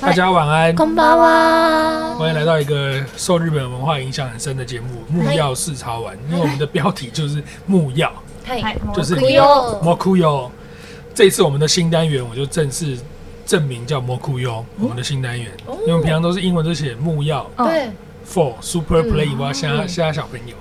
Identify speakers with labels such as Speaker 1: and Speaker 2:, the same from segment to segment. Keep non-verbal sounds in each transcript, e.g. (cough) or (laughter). Speaker 1: 大家晚安，
Speaker 2: 空巴哇，
Speaker 1: 欢迎来到一个受日本文化影响很深的节目《木曜试茶丸》，因为我们的标题就是木曜，
Speaker 2: 嗨，
Speaker 1: 就是
Speaker 2: 木曜
Speaker 1: 摩库优。这一次我们的新单元，我就正式证明叫摩库优，我们的新单元，因为我们平常都是英文都写木曜
Speaker 2: 对，
Speaker 1: for Super Play 哇，现在现在小朋友，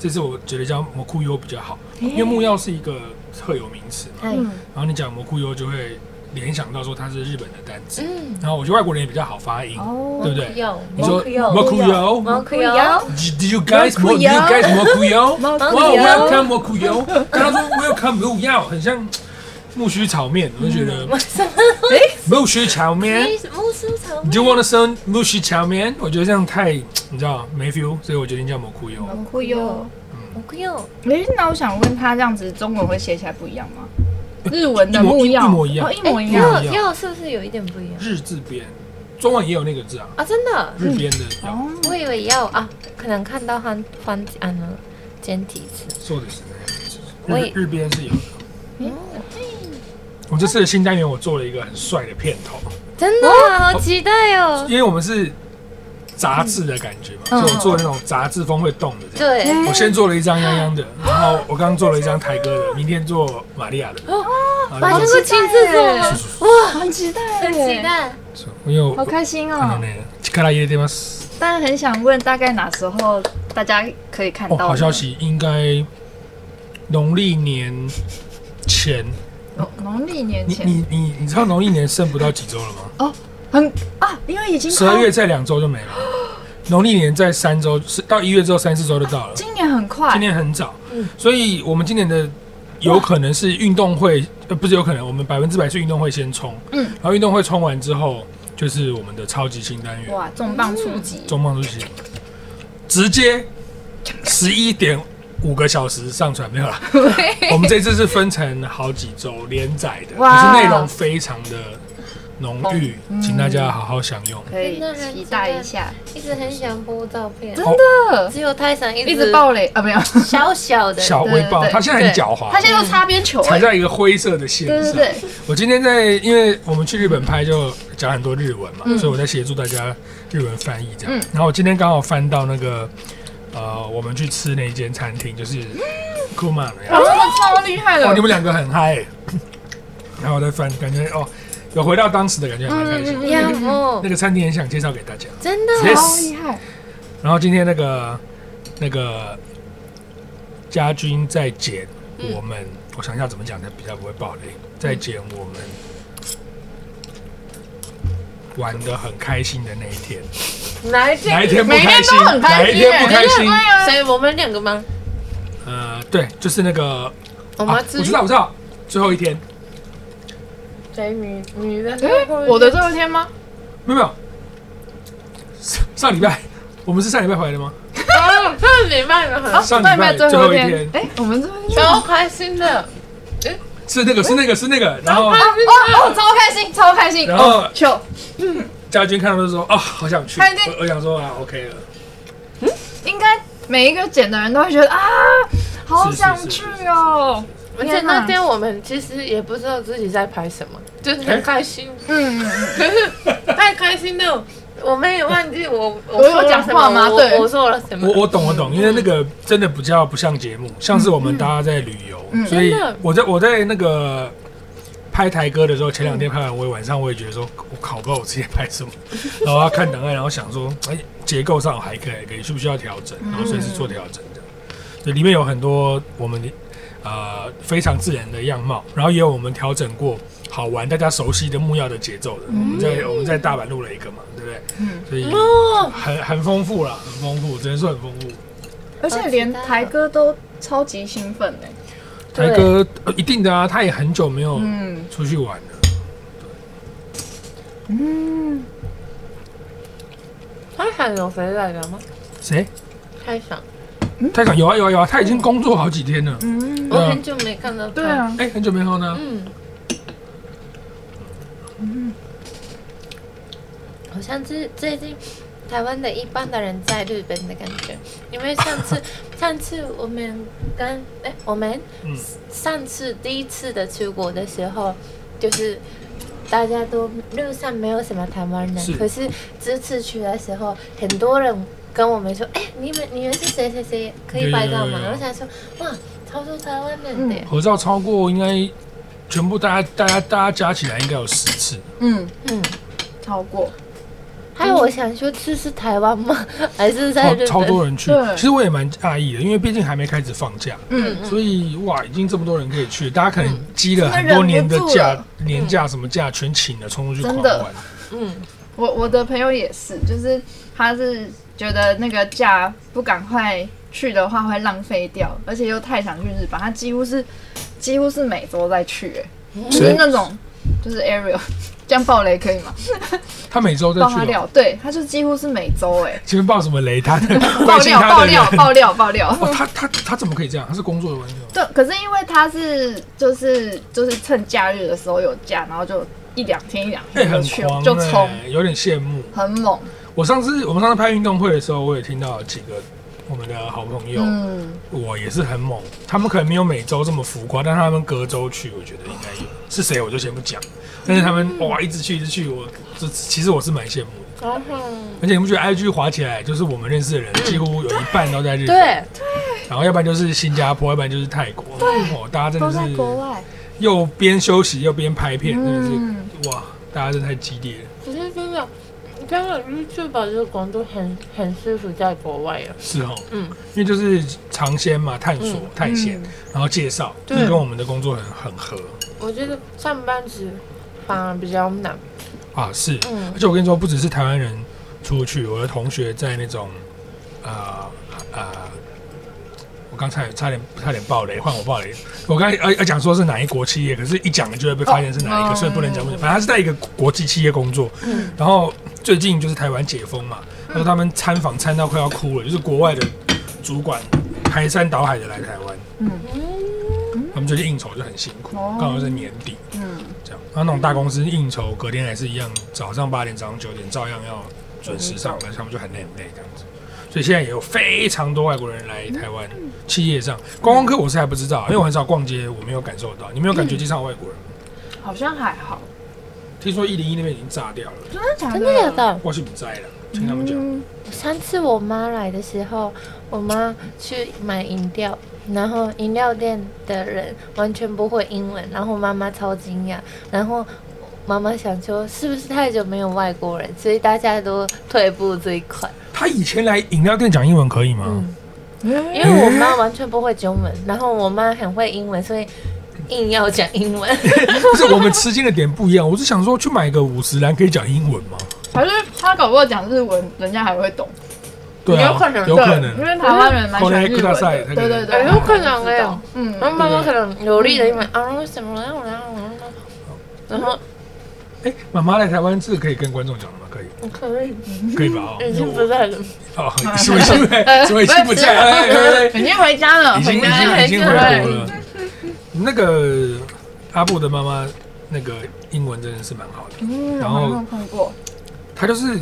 Speaker 1: 这次我觉得叫摩库优比较好，
Speaker 3: 哎
Speaker 1: 因为木曜是一个特有名词嘛，
Speaker 2: 嗨，
Speaker 1: 然后你讲摩库优就会联想到说它是日本的单词，
Speaker 2: 嗯，
Speaker 1: 然后我觉得外国人也比较好发音，
Speaker 3: 哦
Speaker 1: 对不对？
Speaker 2: 有
Speaker 1: 你说
Speaker 3: Mokuyo
Speaker 1: Mokuyo，
Speaker 2: 毛裤腰，
Speaker 1: Do you guys mo? Do you guys mokuyo?
Speaker 3: Mokuyo
Speaker 2: 哦
Speaker 1: Wow, welcome mokuyo。刚刚说 welcome 木药，很像木须炒面，我就觉得
Speaker 2: 我什么？
Speaker 1: 木须炒面。
Speaker 2: 木梳长
Speaker 1: Do you want to send 木须炒面？我觉得这样太你知道没 feel，所以我决定叫 mokuyo。
Speaker 3: 蒙古哟。
Speaker 2: 毛裤腰，
Speaker 3: 诶，那我想问他这样子中文会写起来不一样
Speaker 1: (laughs)
Speaker 3: 吗？日文的木曜
Speaker 1: 一模一样
Speaker 3: 哦一模一样。
Speaker 2: 腰腰是不是有一点不一样
Speaker 1: 日字边，中文也有那个字啊，
Speaker 2: 啊？真的，
Speaker 1: 日边的要。
Speaker 3: 哦，
Speaker 2: 我以为要啊，可能看到汉汉字啊呢，简体字。
Speaker 1: そうですね。
Speaker 2: 我也
Speaker 1: 日日边是有的。
Speaker 2: 哦，
Speaker 1: 我这次的新单元，我做了一个很帅的片头。
Speaker 2: 真的啊，好期待哦。
Speaker 1: 因为我们是杂志的感觉嘛，
Speaker 3: 嗯
Speaker 1: 所以我做那种杂志风会动的这样。
Speaker 2: 对，
Speaker 1: 我先做了一张泱泱的，然后我刚刚做了一张台哥的，明天做玛利亚的。啊
Speaker 2: 哦
Speaker 1: 然
Speaker 2: 马
Speaker 1: 后
Speaker 2: 上
Speaker 1: 就
Speaker 2: 就亲自做了，
Speaker 3: 很期待，
Speaker 2: 很期，待。
Speaker 1: 因为我
Speaker 3: 好开心
Speaker 1: あの
Speaker 3: 哦。
Speaker 1: ね力入れてます。
Speaker 3: 但很想问，大概哪时候大家可以看
Speaker 1: 哦，
Speaker 3: 到？
Speaker 1: 好消！息，应该农历年前，
Speaker 3: 农历年
Speaker 1: 你
Speaker 3: 前
Speaker 1: 你你你知道农历年剩不到几周了吗？
Speaker 3: 很啊，因为已经
Speaker 1: 十
Speaker 3: 快
Speaker 1: 二月再两周就没了，农历年在三周，是到一月之后三四周就到了。
Speaker 3: 今年很快
Speaker 1: 今，年很早
Speaker 2: 嗯，
Speaker 1: 所以我们今年的有可能是运动会，呃，不是有可能，我们百分之百是运动会先冲，
Speaker 3: 嗯
Speaker 1: 然后运动会冲完之后，就是我们的超级新单元
Speaker 3: 哇，重磅出击，
Speaker 1: 中棒主席直接十一点五个小时上传，没有啦。我们这次是分成好几周连载的，
Speaker 3: 哇嗯
Speaker 1: 可是内容非常的浓郁，请大家好好享
Speaker 2: 嗯
Speaker 1: 用。
Speaker 3: 可以
Speaker 2: 啊
Speaker 3: 期待一下。
Speaker 2: 一直很想播照片，
Speaker 1: 好
Speaker 3: 呃，
Speaker 2: 只有泰山一
Speaker 3: 一
Speaker 2: 直
Speaker 3: 直爆雷啊，没有，
Speaker 2: 小小的，
Speaker 1: 小微爆，
Speaker 3: 对对对
Speaker 1: 他现在很狡猾，
Speaker 3: 他现在都擦边球，
Speaker 1: 踩
Speaker 3: 哎
Speaker 1: 在一个灰色的线
Speaker 3: 对对
Speaker 1: 上。
Speaker 3: 对，
Speaker 1: 我今天在，因为我们去日本拍就讲很多日文嘛，所以我在协助大家日文翻译这样。
Speaker 3: 嗯
Speaker 1: 然后我今天刚好翻到那个，呃，我们去吃那一间餐厅，就是
Speaker 3: 嗯
Speaker 1: Kuma 的呀。
Speaker 3: 哇，这么啊哦超厉害
Speaker 1: 哦，
Speaker 3: 了
Speaker 1: 你，们两个很嗨、欸。然后我在翻，感觉哦，有回到当时的感觉，蛮开心。
Speaker 3: 嗯嗯嗯
Speaker 2: 一样哦
Speaker 1: 那，个餐厅很想介绍给大家。
Speaker 2: 真的
Speaker 1: 你
Speaker 2: 哦，
Speaker 3: 超厉害，
Speaker 1: 然后今天那个那个家军在剪
Speaker 2: 嗯
Speaker 1: 我们，我想一下怎么讲才比较不会爆雷，在剪我们玩的很开心的那一天，
Speaker 2: 哪一天
Speaker 1: 哪一天不
Speaker 3: 每
Speaker 1: 开
Speaker 3: 天
Speaker 1: 心，
Speaker 3: 都很
Speaker 1: 哪
Speaker 3: 开
Speaker 1: 一
Speaker 3: 心，
Speaker 1: 天不开心？
Speaker 2: 谁？我们两个吗？
Speaker 1: 呃，对，就是那个，啊
Speaker 2: 我们要
Speaker 1: 我
Speaker 2: 吃
Speaker 1: 知道，我知道，最后一天，
Speaker 2: 谁女女的？
Speaker 3: 哎，我的最后一天吗？
Speaker 1: 没有没有，上上礼拜。我们是上礼拜回来的吗？
Speaker 2: 啊，上礼拜的很
Speaker 1: 上礼拜最后一天
Speaker 3: 哎，我们最后一天
Speaker 2: 超开心 (laughs) 的，
Speaker 1: 是那个，是那个，是那个。然后
Speaker 2: 超开心
Speaker 3: 哦哦，超开心，超开心。
Speaker 1: 然后
Speaker 3: 哦球，
Speaker 1: 家军看到就说：“哦，好想去。”
Speaker 3: 他已经
Speaker 1: 我我想说啊，OK 了。
Speaker 3: 应该每一个剪的人都会觉得啊，好想去哦。
Speaker 2: 而且那天我们其实也不知道自己在拍什么，就是很开心， (laughs)
Speaker 3: 嗯，
Speaker 2: 可是太开心了，我们也忘记我我
Speaker 3: 我有
Speaker 2: 说了
Speaker 3: 讲
Speaker 2: 什
Speaker 3: 话
Speaker 2: 么
Speaker 3: 吗
Speaker 2: 我
Speaker 3: 对
Speaker 2: 我说了什么
Speaker 1: 我？我懂我懂，因为那个真的比较不像节目，像是我
Speaker 2: 嗯
Speaker 1: 们大家在旅游，所以
Speaker 2: 真的
Speaker 1: 我在我在那个拍台歌的时候，前两天拍完，我也晚上我也觉得说，我靠，不知道我之前拍
Speaker 2: (laughs)
Speaker 1: 什么，然后要看档案，然后想说，哎，结构上还可以，可以需不需要调整，然后随时做调整这样。对，里面有很多我们呃非常自然的样貌，然后也有我们调整过好玩大家熟悉的木曜的节奏的，我们
Speaker 2: 嗯
Speaker 1: 在我们在大阪录了一个嘛，对不对？
Speaker 3: 嗯
Speaker 1: 所以
Speaker 2: 哦，
Speaker 1: 很很丰富啦，很丰富，只能说很丰富。
Speaker 3: 而且连台哥都超级兴奋哎。
Speaker 1: 台哥、呃一定的啊，他也很久没有
Speaker 3: 嗯
Speaker 1: 出去玩了。
Speaker 3: 嗯，
Speaker 2: 泰山有谁来了吗？
Speaker 1: 谁？
Speaker 2: 泰山，
Speaker 1: 泰场有啊有啊有啊，他已经工作好几天了。
Speaker 3: 嗯
Speaker 2: 我
Speaker 1: 对啊
Speaker 2: 很久没看到他。
Speaker 3: 对，啊，
Speaker 1: 哎、很久没喝呢。
Speaker 2: 嗯，好像是最近台湾的一般的人在日本的感觉，因为上
Speaker 1: (laughs)
Speaker 2: 次上次我们跟哎、我们
Speaker 1: 嗯
Speaker 2: 上次第一次的出国的时候，就是大家都路上没有什么台湾人，
Speaker 1: 是
Speaker 2: 可是这次去的时候，很多人跟我们说，哎、你们你们是谁谁谁，可以拍照吗
Speaker 1: 有有有？有
Speaker 2: 我想说，哇，超多台湾人
Speaker 3: 嗯
Speaker 2: 的耶，
Speaker 1: 合照超过应该全部大家大家大家加起来应该有十次，
Speaker 3: 嗯，
Speaker 2: 嗯。
Speaker 3: 超过，
Speaker 2: 还有，我想说，这是台湾吗？还是在
Speaker 1: 超嗯超
Speaker 2: 日本？
Speaker 1: 多人去。
Speaker 3: 对
Speaker 1: 其实我也蛮讶异的，因为毕竟还没开始放假，
Speaker 3: 嗯，
Speaker 1: 所以哇，已经这么多人可以去，大家可能积了很
Speaker 3: 真
Speaker 1: 多
Speaker 3: 的
Speaker 1: 年
Speaker 3: 忍不
Speaker 1: 的
Speaker 3: 住
Speaker 1: 假
Speaker 3: 了，
Speaker 1: 年假什么假全请了，冲出去狂
Speaker 3: 真的
Speaker 1: 玩。
Speaker 2: 嗯，
Speaker 3: 我我的朋友也是，就是他是觉得那个假不赶快去的话会浪费掉，而且又太想去日本，他几乎是几乎是每周在去、欸，就是
Speaker 1: 谁
Speaker 3: 那种就是 Ariel 这样爆雷可以吗？
Speaker 1: 他每周都
Speaker 3: 爆
Speaker 1: 去
Speaker 3: 他
Speaker 1: 哦，
Speaker 3: 料，对，他就几乎是每周哎、
Speaker 1: 前面爆什么雷？他 (laughs)
Speaker 3: (laughs) 爆
Speaker 1: 关心
Speaker 3: 料
Speaker 1: 他
Speaker 3: 爆
Speaker 1: 的人
Speaker 3: 料，爆料爆料。 (laughs)
Speaker 1: 哇，他他他怎么可以这样？他是工作的关系吗？
Speaker 3: 对，可是因为他是就是就是趁假日的时候有假，然后就一两天一两
Speaker 1: 哎、
Speaker 3: 天就
Speaker 1: 很
Speaker 3: 去、
Speaker 1: 狂、欸，
Speaker 3: 就冲，
Speaker 1: 有点羡慕。
Speaker 3: 很猛。
Speaker 1: 我上次我们上次拍运动会的时候，我也听到几个我们的好朋友，
Speaker 3: 嗯，
Speaker 1: 我也是很猛。他们可能没有每周这么浮夸，但他们隔周去，我觉得应该有。是谁我就先不讲，但是他们、哇一直去一直去，我这其实我是蛮羡慕的。
Speaker 2: 然后
Speaker 1: 而且
Speaker 3: 嗯
Speaker 1: 你不觉得 IG 滑起来，就是我们认识的人几乎有一半都在日本，
Speaker 2: 对，
Speaker 1: 然后要不然就是新加坡，要不然就是泰国，哦，大家真
Speaker 3: 都
Speaker 1: 的
Speaker 3: 在
Speaker 1: 是
Speaker 3: 国外。
Speaker 1: 又边休息又边拍片，真的是、
Speaker 3: 嗯
Speaker 1: 哇，大家真的太激烈了。
Speaker 2: 可是真的，真的 YouTube 这个工作很很舒服，在国外啊。
Speaker 1: 是哦，
Speaker 2: 嗯
Speaker 1: 因为就是尝鲜嘛，探索、
Speaker 2: 嗯
Speaker 1: 探险，然后介绍，就
Speaker 2: 对
Speaker 1: 跟我们的工作很很合
Speaker 2: 我觉得上班族反而比较难。
Speaker 1: 啊。是，
Speaker 2: 嗯
Speaker 1: 而且我跟你说，不只是台湾人出去，我的同学在那种，呃呃，我刚才差点差点爆雷，换我爆雷。我刚才要要讲说是哪一国企业，可是一讲就会被发现是哪一个，
Speaker 3: 哦
Speaker 1: 所以不能讲。反正他是在一个国际企业工作，
Speaker 2: 嗯
Speaker 1: 然后最近就是台湾解封嘛，他说他们参访参到快要哭了，就是国外的主管排山倒海的来台湾。他们最近应酬就很辛苦，
Speaker 3: 嗯哦
Speaker 1: 刚好是年底
Speaker 3: 嗯，
Speaker 1: 这样。然后那种大公司应酬，隔天还是一样，早上八点、早上九点照样要准时上班，他们就很累很累这样子。所以现在也有非常多外国人来台湾企业上观光客，我是还不知道，因为我很少逛街，我没有感受到。你没有感觉街上有外国人吗？
Speaker 3: 好像还好，
Speaker 1: 听说一零一那边已经炸掉了，
Speaker 3: 真的假的？
Speaker 2: 真的有的。
Speaker 1: 我是不在了，听他们讲。
Speaker 3: 嗯
Speaker 2: 上次我妈来的时候，我妈去买饮料，然后饮料店的人完全不会英文，然后妈妈超惊讶，然后妈妈想说是不是太久没有外国人，所以大家都退步这一块。
Speaker 1: 他以前来饮料店讲英文可以吗？
Speaker 2: (laughs) 嗯，
Speaker 3: 嗯
Speaker 2: 因为我妈完全不会中文，然后我妈很会
Speaker 1: (laughs)
Speaker 2: 英文，所以硬要讲英文。
Speaker 1: 不是，我们吃惊的点不一样。我是想说，去买个五十兰可以讲英文吗？
Speaker 3: 还是他搞不好讲日文，人家还会懂。
Speaker 1: 对啊，
Speaker 2: 有可能
Speaker 1: 有可能
Speaker 3: 对因为台湾人蛮喜欢日
Speaker 1: 口袋
Speaker 3: 文
Speaker 1: 口袋
Speaker 3: 的。对对对，
Speaker 2: 哎有可能哎
Speaker 3: 知道嗯，
Speaker 2: 然后妈妈可能流利的英文啊，为什么？然后然后
Speaker 1: 哎，妈妈来台湾，这个可以跟观众讲的吗？可以，
Speaker 2: 可以
Speaker 1: 可以吧？哦
Speaker 2: 已经不在了。
Speaker 1: 哦，什么什么什么已经不在了哎哎，哎
Speaker 3: 已经回家了，
Speaker 1: 已经已
Speaker 3: 回家
Speaker 1: 经
Speaker 3: 了
Speaker 1: 已经回国了。那个阿布的妈妈，那个英文真的是蛮好的，
Speaker 3: 嗯，
Speaker 1: 然后
Speaker 3: 我好像碰过，
Speaker 1: 她就是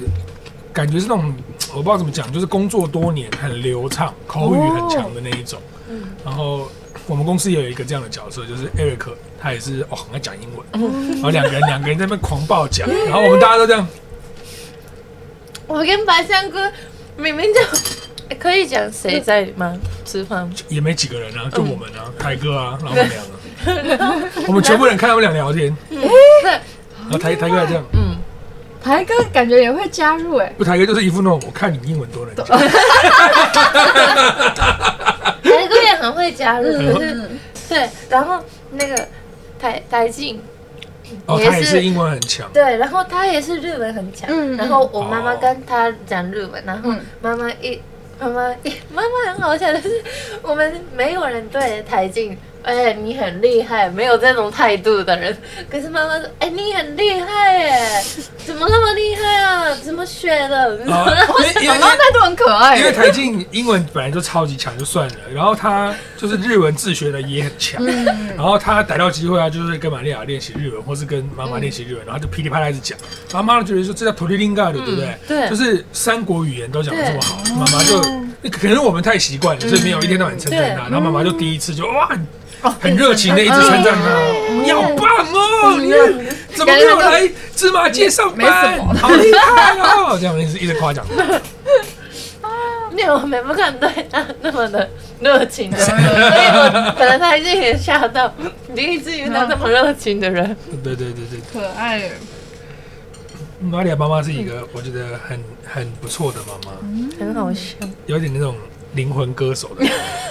Speaker 1: 感觉是那种我不知道怎么讲，就是工作多年很流畅，口语很强的那一种。然后我们公司也有一个这样的角色，就是 Eric，他也是哦很爱讲英文，然后两个人两个人在那边狂暴讲，然后我们大家都这样。
Speaker 2: 我跟白香哥明明就哎可以
Speaker 1: (laughs)
Speaker 2: 讲谁在吗？吃饭
Speaker 1: 也没几个人
Speaker 2: 嗯
Speaker 1: 啊，就我们啊，台哥
Speaker 2: (laughs)
Speaker 1: 啊，然后我们俩啊，我们全部人看他们俩聊天，
Speaker 2: 对，
Speaker 1: 然后台台哥还这样，
Speaker 2: 嗯，
Speaker 3: 台哥感觉也会加入哎，
Speaker 1: 不台哥就是一副那种我看你英文多能讲，
Speaker 2: 台哥也很会加入，
Speaker 1: 嗯
Speaker 2: 可是对，然后那个台台静。
Speaker 1: 哦，
Speaker 2: 也
Speaker 1: 他也
Speaker 2: 是
Speaker 1: 是英文很强，
Speaker 2: 对，然后他也是日文很强，
Speaker 3: 嗯嗯
Speaker 2: 然后我妈妈跟他讲日文，然后
Speaker 3: 嗯
Speaker 2: 妈妈一妈妈 (laughs) 一妈妈很好笑，就是我们没有人对台进，哎，你很厉害，没有这种态度的人。可是妈妈说，哎，你很厉害
Speaker 3: (laughs)
Speaker 2: 哎，怎么那么厉害啊？怎么学的？
Speaker 3: 哦
Speaker 1: 啊，因为因
Speaker 3: 妈
Speaker 1: 为
Speaker 3: 妈态度很可爱
Speaker 1: 因为，台静英文本来就超级强就算了，然后他就是日文自学的也很强，
Speaker 3: 嗯
Speaker 1: 然后他逮到机会啊，就是跟玛利亚练习日文，或是跟妈妈练习日文，然后就噼里啪啦一直讲，
Speaker 3: 嗯
Speaker 1: 然后妈妈就觉得说这叫 p o l i l i n g a 的，对不对？
Speaker 2: 对
Speaker 1: 就是三国语言都讲的这么好，妈妈就可能我们太习惯了，
Speaker 3: 嗯
Speaker 1: 所以没有一天到晚称赞他。
Speaker 2: 对
Speaker 1: 然后妈妈就第一次就哇，
Speaker 3: 哦嗯
Speaker 1: 很热情的一直称赞他，你好棒哦，你看怎么没有来芝麻街上
Speaker 3: 没什
Speaker 1: 班，
Speaker 3: 么
Speaker 1: 好厉害哦，这样一直一直夸奖他。
Speaker 2: 因为我们不敢对他那么的热情的， (laughs) 所以我可能他还是有点吓到，第一次遇到那么热情的人。
Speaker 1: 对对对对，
Speaker 3: 可爱耶，
Speaker 1: 玛利亚妈妈是一个我觉得很很不错的妈妈，
Speaker 2: 很好笑。
Speaker 1: 有点那种灵魂歌手的 (laughs)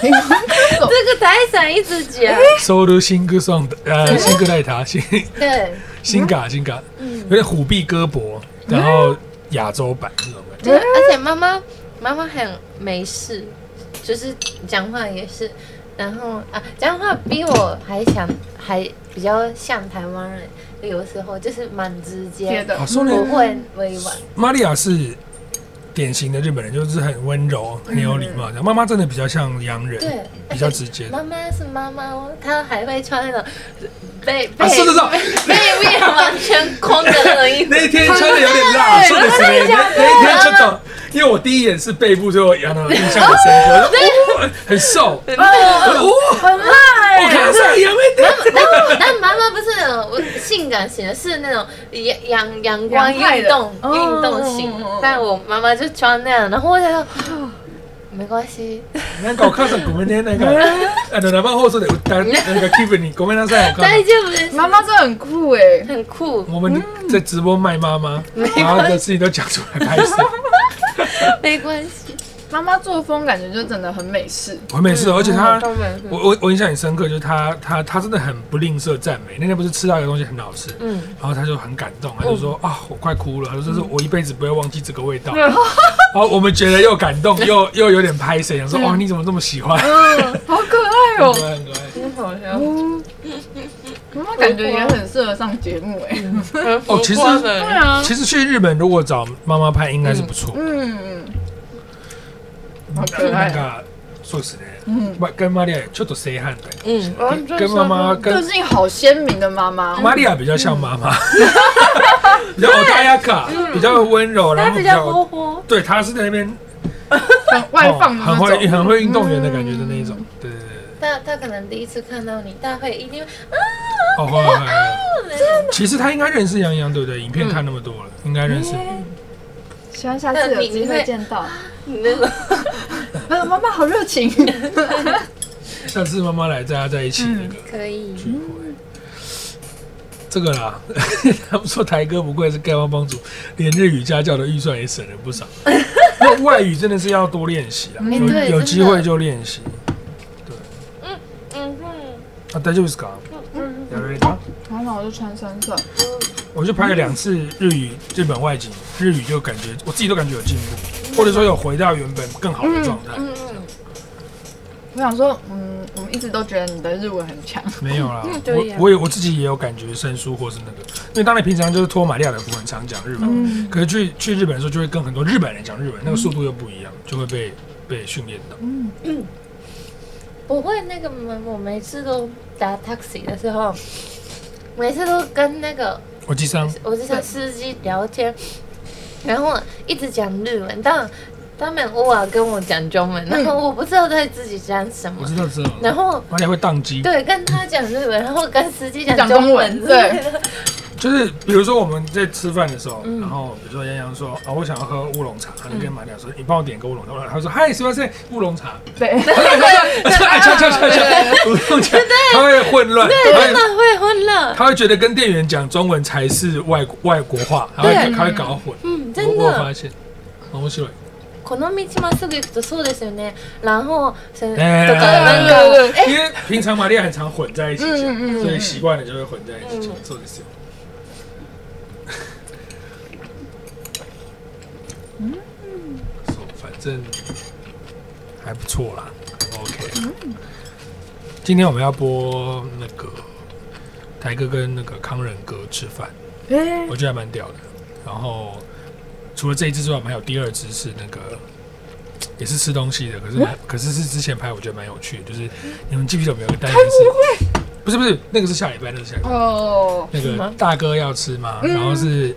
Speaker 2: 这个台伞一直讲，
Speaker 3: 哎
Speaker 1: ，solo 新歌 song 的
Speaker 2: 嗯
Speaker 1: 呃新歌代
Speaker 2: (laughs)
Speaker 1: 塔新
Speaker 2: 对，
Speaker 1: 新
Speaker 2: 嗯
Speaker 1: 嘎新嘎，有点虎臂胳膊，然后亚洲版那种感觉。
Speaker 2: 对，而且妈妈妈妈很没事，就是讲话也是，然后啊，讲话比我还想还比较像台湾人，有时候就是蛮直
Speaker 3: 觉
Speaker 2: 接，
Speaker 3: 得
Speaker 1: 好，说
Speaker 2: 不
Speaker 1: 啊呢，
Speaker 2: 会委婉。
Speaker 1: 玛利亚是典型的日本人，就是很温柔、很有礼貌。这样妈妈真的比较像洋人，
Speaker 2: 嗯对，哎
Speaker 1: 比较直接的。
Speaker 2: 妈妈是妈妈哦，她还会穿那种被被、
Speaker 1: 啊，是是是，
Speaker 2: 被面完全空的那种衣服。
Speaker 1: 那一天穿的有点辣，说的是那那一天穿的，因为我第一眼是背部，所以我然后印象很深刻。我说哦，很瘦，我说哦，
Speaker 2: 很辣哎、
Speaker 1: 我看上杨梅的，
Speaker 2: 但 (laughs) 但妈妈不是那种性感型的，是那种阳阳阳光
Speaker 3: 洋派
Speaker 2: 运
Speaker 3: 的
Speaker 2: 动
Speaker 3: 哦
Speaker 2: 运动型
Speaker 3: 哦哦哦。
Speaker 2: 但我妈妈就穿那样，然后我想说，没关系，
Speaker 1: 那个我看上古门天那 (laughs) 个，啊，那那帮后头的，但那个 Tiffany 古门那赛我
Speaker 2: 但
Speaker 1: 看。
Speaker 2: 就不是
Speaker 3: 妈妈真的很酷哎，
Speaker 2: 很酷，
Speaker 1: 我们在直播卖妈妈，然后的事情都讲出来，拍死。
Speaker 2: 没关系。
Speaker 3: 妈妈作风感觉就真的很美式，
Speaker 1: 我没事，而且
Speaker 3: 嗯
Speaker 1: 他
Speaker 2: 都没事
Speaker 1: 我我我印象很深刻，就是他他他真的很不吝啬赞美。那天不是吃到一个东西很好吃，
Speaker 2: 嗯
Speaker 1: 然后他就很感动，他就
Speaker 3: 嗯
Speaker 1: 说、啊，我快哭了，他说这是我一辈子不会忘记这个味道。 (laughs) 然后我们觉得又感
Speaker 3: (laughs)
Speaker 1: 动又又有点拍谁，想说哇你怎么这么喜欢？
Speaker 3: 嗯，好可爱
Speaker 1: 很
Speaker 3: 哦
Speaker 1: 可，爱很可爱
Speaker 2: 真好笑，
Speaker 3: 嗯，妈妈感觉也很适合上节目哎，
Speaker 1: 哦，其实
Speaker 3: 对啊，
Speaker 1: 其实去日本如果找妈妈拍应该是不错。
Speaker 3: 嗯，好可
Speaker 1: 那
Speaker 3: 爱，
Speaker 1: 个说实在，
Speaker 3: 嗯，
Speaker 1: 跟玛利亚ちょっと性汉的，
Speaker 2: 嗯，
Speaker 1: 跟跟妈妈
Speaker 3: 个
Speaker 1: 跟
Speaker 3: 性好鲜明的妈妈，
Speaker 1: 玛利亚比较像妈
Speaker 3: (laughs)
Speaker 1: 妈，比较欧大亚卡，
Speaker 3: 嗯
Speaker 1: 比较温柔，然
Speaker 2: 她
Speaker 1: 后
Speaker 2: 比
Speaker 1: 比
Speaker 2: 较活
Speaker 1: 较
Speaker 2: 泼，
Speaker 1: 对，他是在那边
Speaker 3: 很外放的
Speaker 1: 哦很
Speaker 3: 那
Speaker 1: 会很
Speaker 3: 种，嗯
Speaker 1: 会运动员的感觉的那一种，对对对对，
Speaker 2: 她她可能第一次看到你，她会一定会嗯
Speaker 1: 哦，会会会。其实他应该认识杨洋，对不对？影
Speaker 3: 嗯
Speaker 1: 片看那么多了，应该认识。
Speaker 3: 希望下次有机会见到。
Speaker 2: 你那种
Speaker 3: 啊， (laughs) 妈妈好热情，
Speaker 1: 下次妈妈来，大家在一起
Speaker 3: 嗯
Speaker 1: 那个
Speaker 2: 可以。
Speaker 1: 聚会。这个啦， (laughs) 他们说台哥不愧是丐帮帮主，连日语家教的预算也省了不
Speaker 2: (laughs)
Speaker 1: 少。那外语真的是要多练习啊，
Speaker 2: 哎
Speaker 1: 有
Speaker 2: 对
Speaker 1: 有
Speaker 2: 真
Speaker 1: 机
Speaker 2: 的
Speaker 1: 会就练习。
Speaker 2: 嗯哼，
Speaker 1: 啊，大丈夫ですか？
Speaker 2: 嗯
Speaker 1: やられた
Speaker 3: 然后我就穿三色，
Speaker 1: 我去拍了两次日语日本外景，日语就感觉我自己都感觉有进步，或者说有回到原本更好的状态。
Speaker 2: 嗯嗯，
Speaker 3: 我想说，嗯，我们一直都觉得你的日文很 (laughs) 强，
Speaker 1: 没有啦，
Speaker 2: 嗯对呀
Speaker 1: 我我也我自己也有感觉生疏或是那个，因为当然平常就是托玛利亚的福很常讲日文，可是去去日本的时候就会跟很多日本人讲日文，那个速度又不一样，就会被被训练到。
Speaker 2: 我会那个门，我每次都打 taxi 的时候，每次都跟那个
Speaker 1: 我记上
Speaker 2: 我就像司机聊天，然后一直讲日文，但他们偶尔跟我讲中
Speaker 3: 嗯
Speaker 2: 文，然后我不知道在自己讲什
Speaker 1: 我
Speaker 2: 么，
Speaker 1: 知道知道，
Speaker 2: 然后
Speaker 1: 玛利亚会宕机，
Speaker 2: 对跟他讲日文，然后跟司机讲
Speaker 3: 讲
Speaker 2: 中
Speaker 3: 中
Speaker 2: 文
Speaker 3: 文，
Speaker 2: 对，
Speaker 1: 就是比如说我们在吃饭的时候，然后比如说杨洋说啊我想要喝乌龙茶，他就跟玛利亚说你帮我点个乌龙茶，他说嗨すいません乌龙茶，
Speaker 3: 对，
Speaker 1: 哎敲敲敲敲乌龙茶，他会混乱，他会
Speaker 2: (laughs) 真的会混乱，
Speaker 1: 他会觉得跟店员讲中文才是外国外国话，他会
Speaker 2: 对
Speaker 1: 他会搞混。
Speaker 2: 嗯，
Speaker 1: 我
Speaker 2: 真
Speaker 1: 我有发
Speaker 2: 的。
Speaker 1: 现，面白い。
Speaker 2: この道まっすぐ行くとそうですよね。然后是とか
Speaker 1: 哎
Speaker 2: 那个，
Speaker 1: 因为平常玛利亚很常混在一起讲，
Speaker 3: 嗯嗯嗯
Speaker 1: 所以习惯了就会混在一起讲
Speaker 2: 嗯。
Speaker 1: そうですよ。嗯，反正还不错啦。OK。今天我们要播那个台哥跟那个康仁哥吃饭。
Speaker 3: 哎，
Speaker 1: 我觉得还蛮屌的。然后除了这一支之外，我们还有第二支是那个也是吃东西的，可是可是是之前拍，我觉得蛮有趣的。就是你们记不记得我们有一个单元是？不是不是，那个是下礼拜，那个是下礼拜。
Speaker 3: 哦，
Speaker 1: 那
Speaker 2: 是
Speaker 1: 个
Speaker 2: 吗嗯
Speaker 1: 大哥要吃吗？然后是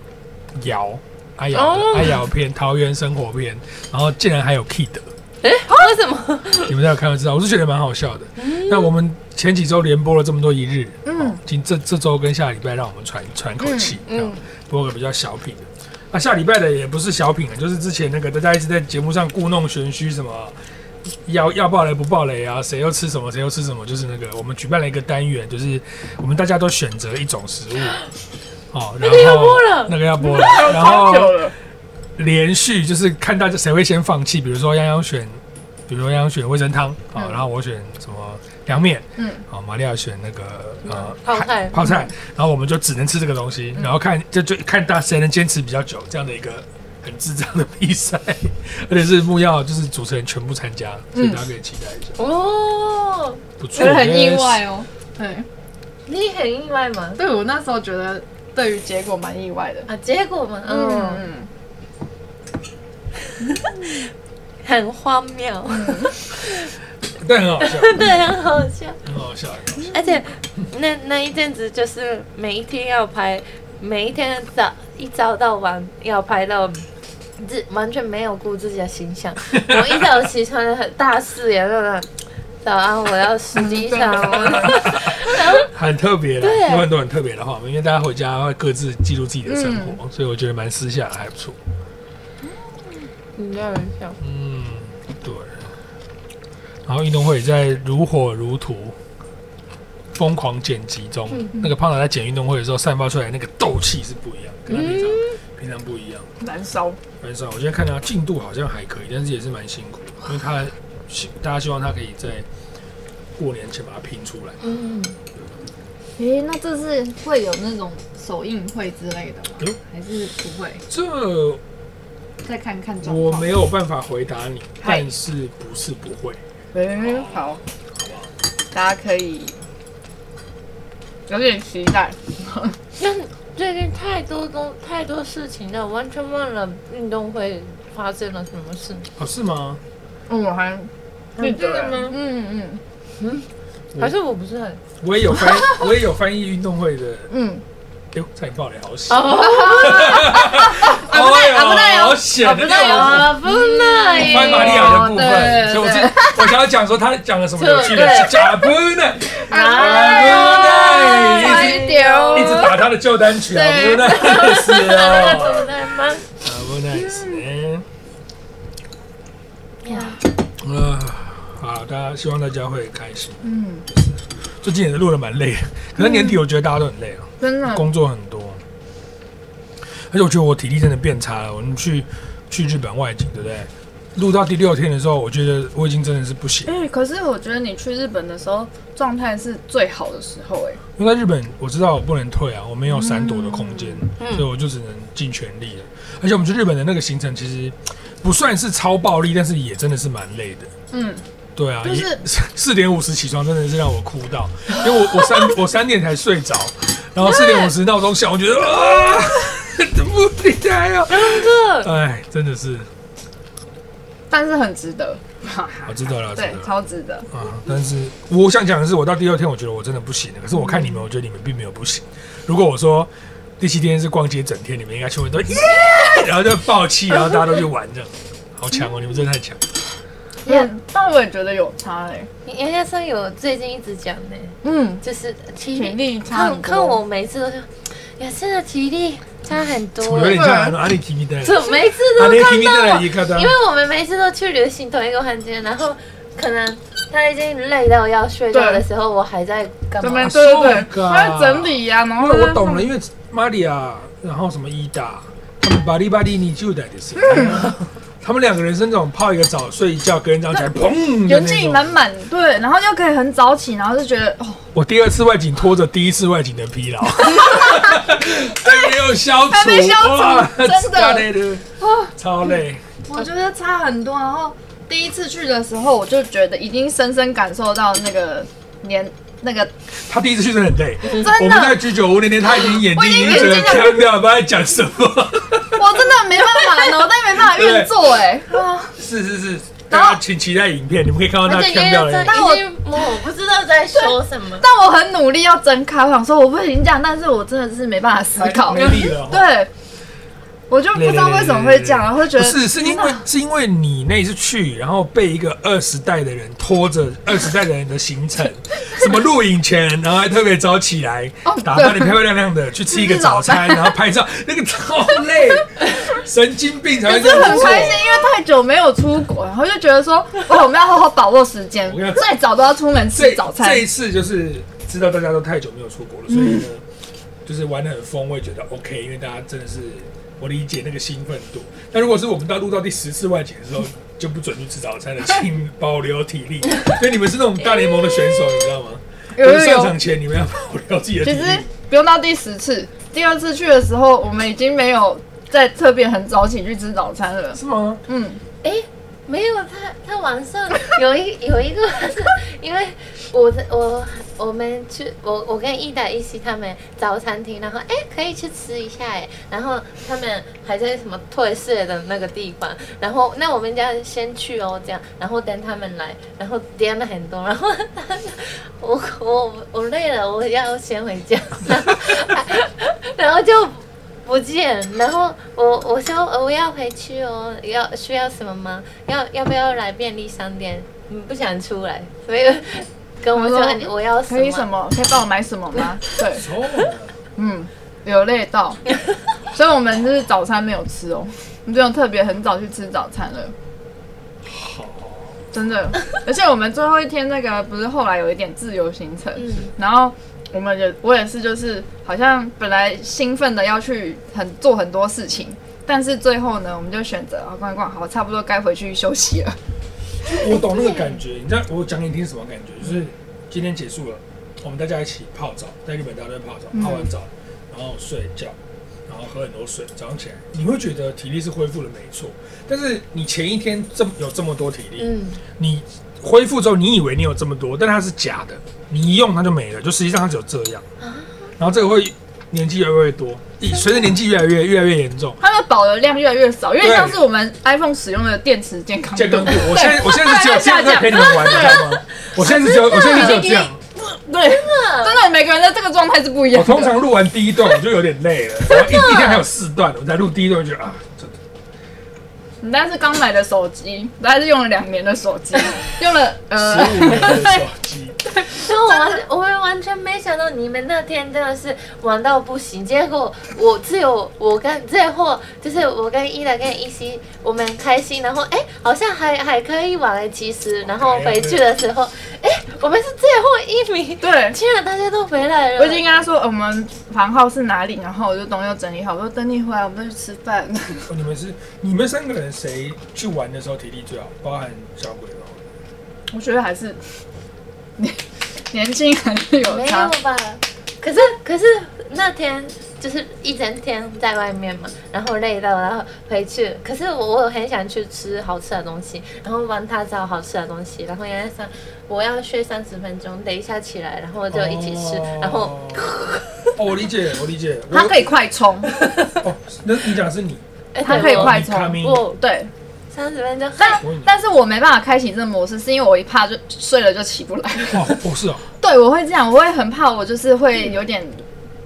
Speaker 1: 瑶阿瑶的
Speaker 2: 哦
Speaker 1: 阿瑶篇桃园生活篇，然后竟然还有 Kid。
Speaker 2: 啊为什么？
Speaker 1: (laughs) 你们在开玩笑，我是觉得蛮好笑的。那我们前几周连播了这么多一日，嗯，今这这周跟下礼拜让我们喘喘口气，
Speaker 2: 嗯
Speaker 1: 嗯，
Speaker 2: 嗯
Speaker 1: 播个比较小品的。那下礼拜的也不是小品了，就是之前那个大家一直在节目上故弄玄虚，什么要要爆雷不爆雷啊，谁又吃什么，谁又吃什么，就是那个我们举办了一个单元，就是我们大家都选择一种食物，哦，然后
Speaker 2: 要播了
Speaker 1: (laughs) 那个要播了，然后
Speaker 3: 久了，
Speaker 1: 连续就是看大家谁会先放弃，比如说泱泱选，比如说泱泱选味噌汤啊，
Speaker 3: 嗯
Speaker 1: 然后我选什么凉面，
Speaker 3: 嗯，
Speaker 1: 啊，玛利亚选那个呃
Speaker 2: 泡菜
Speaker 1: 海泡菜，然后我们就只能吃这个东
Speaker 3: 嗯
Speaker 1: 西，然后看就就看大谁能坚持比较久这样的一个很智障的比赛， (laughs) 而且是木曜就是主持人全部参加，所以大家可以期待一下，
Speaker 2: 哦，
Speaker 1: 不错，
Speaker 3: 觉嗯得很意
Speaker 1: 我觉得
Speaker 3: 外哦。对，
Speaker 2: 你很意外吗？
Speaker 3: 对我那时候觉得对于结果蛮意外的。
Speaker 2: 啊，结果嘛，嗯，
Speaker 3: 嗯，
Speaker 2: 很荒谬， (laughs)
Speaker 1: 但很好笑，
Speaker 2: 对，很好笑。
Speaker 1: 很好笑，很好笑
Speaker 2: 而且那那一阵子就是每一天要拍，每一天早一早到晚要拍到。自完全没有顾自己的形象，我一早起床就很大四眼那种，早安，我要实际上，我
Speaker 1: 很特别的，
Speaker 2: 对
Speaker 1: 有很多很特别的话，因为大家回家会各自记录自己的生
Speaker 3: 嗯
Speaker 1: 活，所以我觉得蛮私下的，还不错。
Speaker 2: 你这样笑，
Speaker 1: 嗯，对。然后运动会也在如火如荼、疯狂剪辑中，那个胖达在剪运动会的时候散发出来那个斗气是不一样，跟他平常、平常不一样。
Speaker 3: 燃烧。
Speaker 1: 很少，我今天看他进度好像还可以，但是也是蛮辛苦，因为他希大家希望他可以在过年前把它拼出来。
Speaker 2: 嗯，
Speaker 3: 诶，那这是会有那种首映会之类的吗
Speaker 1: 嗯？
Speaker 3: 还是不会？
Speaker 1: 这
Speaker 3: 再看看状
Speaker 1: 我
Speaker 3: 况。
Speaker 1: 没有办法回答你，
Speaker 3: 嗨
Speaker 1: 但是不是不会？
Speaker 3: 嗯，好，大家可以有点期 (laughs) 待。
Speaker 2: 但最近太多东太多事情了，完全忘了运动会发生了什么事。
Speaker 1: 哦，是吗？
Speaker 3: 嗯，我还记
Speaker 2: 真的吗
Speaker 3: 嗯嗯
Speaker 1: 我
Speaker 2: 还是我不是很
Speaker 1: 我也有翻，我也有翻译运动会的。
Speaker 3: 嗯，
Speaker 1: 哎呦，差点爆雷，好险！ (laughs) 哦，
Speaker 3: 不对哦
Speaker 1: 好险的！我
Speaker 2: 啊，不那
Speaker 1: 翻玛利亚的部分，
Speaker 3: 对
Speaker 1: 所以我
Speaker 3: 对
Speaker 1: 是我想要讲说他讲了什么有趣的
Speaker 2: 对，
Speaker 1: 假不呢？
Speaker 3: 哎
Speaker 1: 呦
Speaker 3: 差一点哦
Speaker 1: 一直打他的旧单曲啊，不
Speaker 3: 对
Speaker 1: 呢？是
Speaker 2: 那个怎
Speaker 1: 哦，
Speaker 2: 么在吗？
Speaker 1: 啊不
Speaker 3: (laughs)
Speaker 1: nice 呢？
Speaker 2: 呀，
Speaker 1: 啊，哦好，大家希望大家会开心。
Speaker 3: 嗯，
Speaker 1: 最近也是录的蛮累的，可是年底我觉得大家都很累啊。
Speaker 3: 真的
Speaker 1: 工作很多，而且我觉得我体力真的变差了。我们去去日本外景，对不对？录到第六天的时候，我觉得我已经真的是不行。
Speaker 3: 哎、可是我觉得你去日本的时候状态是最好的时候、哎，
Speaker 1: 因为在日本，我知道我不能退啊，我没有闪躲的空间，
Speaker 3: 嗯
Speaker 1: 所以我就只能尽全力了。而且我们去日本的那个行程，其实不算是超暴力，但是也真的是蛮累的。
Speaker 3: 嗯，
Speaker 1: 对啊，
Speaker 3: 就是
Speaker 1: 四点五十起床，真的是让我哭到，因为我我三我三点才睡着，然
Speaker 3: 哎
Speaker 1: 后四点五十闹钟响，我觉得
Speaker 3: (laughs)
Speaker 1: 啊， (laughs) 不应该啊，
Speaker 2: 这
Speaker 1: 哎，真的是，
Speaker 3: 但是很值得，
Speaker 1: 我知道了，知道
Speaker 3: 对，
Speaker 1: 了。
Speaker 3: 超值得，
Speaker 1: 啊、但是我想讲的是，我到第二天我觉得我真的不行了。可是我看你们，我觉得你们并没有不行。如果我说第七天是逛街整天，你们应该全部都耶，然后就爆气，然后大家都去玩这样，好强哦！你们真的太强。
Speaker 3: 嗯，但我也觉得有差、哎，
Speaker 2: 杨家生有最近一直讲呢，
Speaker 3: 嗯，
Speaker 2: 就是体
Speaker 3: 体力差
Speaker 2: 看
Speaker 3: 很多
Speaker 2: 看我每次都是，也是的体力差很多
Speaker 1: 我，有点像阿里提米带，
Speaker 2: 怎么每次
Speaker 1: 阿
Speaker 2: 都
Speaker 1: 里提
Speaker 2: 看
Speaker 1: 米
Speaker 2: 到
Speaker 1: 带
Speaker 2: 我
Speaker 1: 的一？个啊的
Speaker 2: 因，为我们每次都去旅行同一个环境，然后可能他已经累到要睡觉的时候，我还在
Speaker 1: 啊
Speaker 2: 干
Speaker 3: 这
Speaker 2: 嘛
Speaker 3: 边？对对
Speaker 1: so
Speaker 3: 对，
Speaker 1: good
Speaker 3: 他在整理呀、然后
Speaker 1: 我懂了，因为玛利亚，然后什么伊达，他们巴利巴利你就带的是，他们两个人是那种泡一个澡睡一觉，隔天早上起来砰的
Speaker 3: 元气
Speaker 1: 那
Speaker 3: 满
Speaker 1: 种。
Speaker 3: 满，对，然后又可以很早起，然后就觉得哦，
Speaker 1: 我第二次外景拖着第一次外景的疲
Speaker 3: (laughs)
Speaker 1: 劳，还没有消除，
Speaker 3: 还没消除
Speaker 1: 哇
Speaker 3: 真的
Speaker 1: 超累的
Speaker 3: 哦，
Speaker 1: 超累。
Speaker 3: 我觉得差很多。然后第一次去的时候，我就觉得已经深深感受到那个年那个
Speaker 1: 他第一次去真的很累，我
Speaker 3: 真
Speaker 1: 们在
Speaker 3: 的，
Speaker 1: 居酒屋那天，他已经眼
Speaker 3: 我
Speaker 1: 睛
Speaker 3: 已经
Speaker 1: 整个
Speaker 3: 眼睛
Speaker 1: 僵掉，不知道在讲什么。
Speaker 3: 我真的没办法，
Speaker 1: (laughs)
Speaker 3: 脑袋没办法运作哎、哇
Speaker 1: 是是是，
Speaker 3: 然后
Speaker 1: 大家请期待影片，你们可以看到他
Speaker 2: 而且
Speaker 1: 僵
Speaker 2: 因
Speaker 1: 掉
Speaker 2: 为
Speaker 1: 了
Speaker 2: 真。
Speaker 3: 但
Speaker 2: 已经我不知道在说什么。
Speaker 3: 但我很努力要睁开，我想说我不行这样，但是我真的是没办法思考，
Speaker 1: 没力了哦
Speaker 3: 对，我就不知道为什么会这样，然后觉
Speaker 1: 不
Speaker 3: 得
Speaker 1: 是，是因为是因为你那次去，然后被一个二十代的人拖着二十代的人的行
Speaker 3: (laughs)
Speaker 1: 程，什么录影前，然后还特别早起来，
Speaker 3: 哦
Speaker 1: 打扮的漂漂亮亮的去吃一个早餐，然后拍照，那个超累，神经病才
Speaker 3: 可
Speaker 1: 会
Speaker 3: 是
Speaker 1: 这样
Speaker 3: 很
Speaker 1: 子
Speaker 3: 开心，
Speaker 1: 做。
Speaker 3: 因为太久没有出国，然后就觉得说，哇我们要好好把握时间
Speaker 1: 我跟你，讲
Speaker 3: 再早都要出门吃
Speaker 1: 这
Speaker 3: 早餐
Speaker 1: 这。一次就是知道大家都太久没有出国了，所以呢，
Speaker 3: 嗯
Speaker 1: 就是玩的很疯，我也觉得 OK，因为大家真的是我理解那个兴奋度。但如果是我们到录到第十次外景的
Speaker 3: (laughs)
Speaker 1: 时候，就不准去吃早餐了，请保留体力。所以你们是那种大联盟的选手，你知道吗？
Speaker 3: 有
Speaker 1: 就是
Speaker 3: 有
Speaker 1: 上
Speaker 3: 有
Speaker 1: 场，前你们要保留自己的体
Speaker 3: 其实
Speaker 1: 力。
Speaker 3: 不用到第十次，第二次去的时候，我们已经没有再特别很早起去吃早餐了。
Speaker 1: 是吗？
Speaker 3: 嗯，
Speaker 2: 诶，没有，他他晚上有一 (laughs) 有一个晚上，因为我的我我们去我我跟伊达一起他们早餐厅，然后诶可以去吃一下诶，然后他们还在什么退市的那个地方，然后那我们家先去哦这样，然后等他们来，然后点了很多，然后我我我累了，我要先回家， (laughs) 然后然后就。不见，然后我我说呃我要回去哦，要需要什么吗？要要不要来便利商店？嗯，不想出来，所以跟我说
Speaker 3: 他说
Speaker 2: 你我要什
Speaker 3: 可以什
Speaker 2: 么？
Speaker 3: 么？可以帮我买什么吗？对，
Speaker 1: 哦，
Speaker 3: 嗯，有累到，所以我们就是早餐没有吃哦，我们这种特别很早去吃早餐了。真的，而且我们最后一天那个不是后来有一点自由行程，
Speaker 2: 嗯
Speaker 3: 然后我们也我也是就是好像本来兴奋的要去很做很多事情，但是最后呢，我们就选择啊逛一逛，好，差不多该回去休息了。
Speaker 1: 我懂那个感觉。你知道我讲给你听什么感觉？就是今天结束了，我们大家一起泡澡，在日本大家都在泡澡，泡完澡然后睡觉，然后喝很多水，早上起来你会觉得体力是恢复了没错，但是你前一天这么有这么多体力，
Speaker 2: 嗯，
Speaker 1: 你恢复之后，你以为你有这么多，但它是假的，你一用它就没了，就实际上它只有这样。然后这个会年纪越来越多，一随着年纪越来越越来越严重。
Speaker 3: 它们保的量越来越少，因为
Speaker 1: 对
Speaker 3: 像是我们 iPhone 使用的电池健康度
Speaker 1: 健康度，我现在我现在是只有这样在陪你们玩，你知道吗？我现在是只有我现在是只有这样。
Speaker 3: 对，真的每个人的这个状态是不一样
Speaker 1: 我
Speaker 3: 的。
Speaker 1: 哦通常录完第一段我就有点累了，然后一一天还有四段，我才录第一段就觉得啊，这
Speaker 3: 你但是刚买的手机，大概是用了两年的手
Speaker 1: (laughs)
Speaker 3: 机，用了呃
Speaker 1: 十五年的手机，
Speaker 2: 所以我完我们完全没想到你们那天真的是玩到不行，结果我只有我跟最后就是我跟伊达跟依稀我们开心，然后哎好像还还可以玩其实，然后回去的时候哎我们是最后一名，
Speaker 1: 嗯
Speaker 3: 对，
Speaker 2: 竟然大家都回来了，
Speaker 3: 我已经跟他说呃我们房号是哪里，然后我就东西都整理好，我说等你回来我们再去吃饭。 (laughs)
Speaker 1: 哦你们是你们三个人谁去玩的时候体力最好？包含小鬼吗？
Speaker 3: 我觉得还是 (laughs) 年年轻还是有
Speaker 2: 没
Speaker 3: 差
Speaker 2: 有，吧？可是可是那天就是一整天在外面嘛，然后累到，然后回去。可是我我很想去吃好吃的东西，然后帮他找好吃的东西，然后原来想我要睡三十分钟，等一下起来，然后就一起吃，
Speaker 1: 哦
Speaker 2: 然后
Speaker 1: 哦，我理解，我理解，我
Speaker 3: 他可以快
Speaker 1: (laughs)
Speaker 3: 充，
Speaker 1: 哦，那你讲的是你，
Speaker 2: 哎
Speaker 3: 他可以
Speaker 2: 我
Speaker 3: 快
Speaker 1: 你卡
Speaker 3: 充
Speaker 1: 密
Speaker 2: 不
Speaker 3: 对，
Speaker 2: 三十分钟，
Speaker 3: 但
Speaker 1: 所以你
Speaker 3: 但是我没办法开启这个模式，是因为我一怕就睡了就起不来。 (laughs)
Speaker 1: 哦，不是哦，
Speaker 3: 对，我会这样，我会很怕，我就是会有点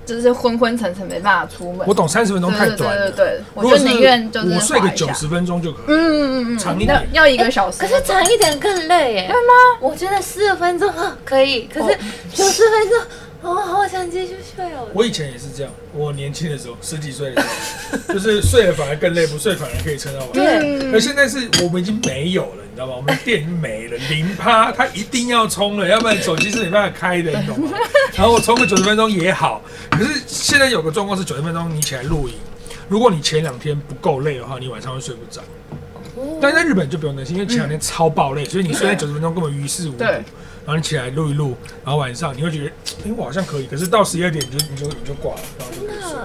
Speaker 3: 就是昏昏沉沉，没办法出门
Speaker 1: 我。懂三十分钟太
Speaker 3: 对对
Speaker 1: 短
Speaker 3: 对
Speaker 1: 了，
Speaker 3: 对对，我
Speaker 1: 如果
Speaker 3: 就是宁愿就是
Speaker 1: 我睡
Speaker 3: 滑
Speaker 1: 个
Speaker 3: 一下
Speaker 1: 九十分钟就可以，
Speaker 3: 嗯嗯嗯
Speaker 1: 长一
Speaker 3: 嗯，要
Speaker 1: 点
Speaker 3: 要一个小时。
Speaker 2: 可是长一点更累耶，对吗？我觉得四十分钟啊可以，可是
Speaker 3: 哦
Speaker 2: 九十分钟，我好想继续睡哦。
Speaker 1: 我以前也是这样，我年轻的时候，十几岁的时候，就是睡了反而更累，不睡反而可以撑到晚上。
Speaker 2: 对
Speaker 1: 而现在是我们已经没有了，你知道吗？我们电已经没了，零趴，它一定要充了，要不然手机是没办法开的，你懂吗？然后我充个九十分钟也好，可是现在有个状况是九十分钟你起来录影，如果你前两天不够累的话，你晚上会睡不着。
Speaker 3: 哦
Speaker 1: 但在日本就不用担心，因为前两天超爆累，所以你睡在九十分钟根本于事无补。
Speaker 3: 嗯对
Speaker 1: 然后你起来录一录，然后晚上你会觉得，哎、我好像可以，可是到十一二点你就你就你就挂了，然后就可以睡。
Speaker 2: 那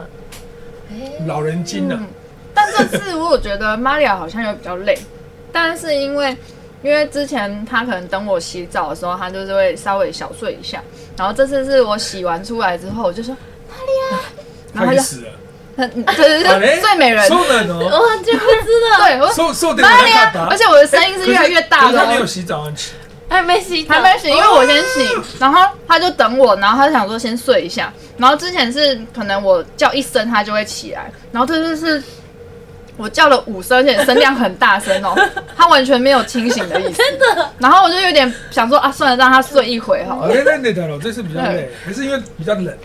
Speaker 2: 哎
Speaker 1: 老人精啊呢、
Speaker 3: 嗯，但这次我觉得玛利亚好像有比较累，但是因为因为之前他可能等我洗澡的时候，他就是会稍微小睡一下，然后这次是我洗完出来之后，我就说
Speaker 1: (laughs)
Speaker 3: 玛
Speaker 1: 快
Speaker 3: 利亚，然后他就
Speaker 1: 死了。
Speaker 3: 很对对
Speaker 1: あ (laughs) れ
Speaker 3: 对，最美人，
Speaker 1: そうなの？
Speaker 2: 我哦就不知道。
Speaker 3: 对
Speaker 1: (laughs)
Speaker 3: 我
Speaker 1: そうそうでも
Speaker 3: 玛利
Speaker 1: な
Speaker 3: 亚
Speaker 1: か，った。
Speaker 3: 而且我的声音是越来越大
Speaker 1: 可是
Speaker 3: 的
Speaker 1: 他没有
Speaker 3: 哦。
Speaker 1: 洗澡啊，
Speaker 2: 还没洗澡，
Speaker 3: 还没洗，因为我先洗，然后他就等我，然后他想说先睡一下，然后之前是可能我叫一声他就会起来，然后这次是我叫了五声，而且声量很大声 (laughs) 哦，他完全没有清醒的意思。真的。哦然后我就有点想说啊，算了，让他睡一回好了。
Speaker 1: 啊，那那那条路这次比较累，还是因为比较冷。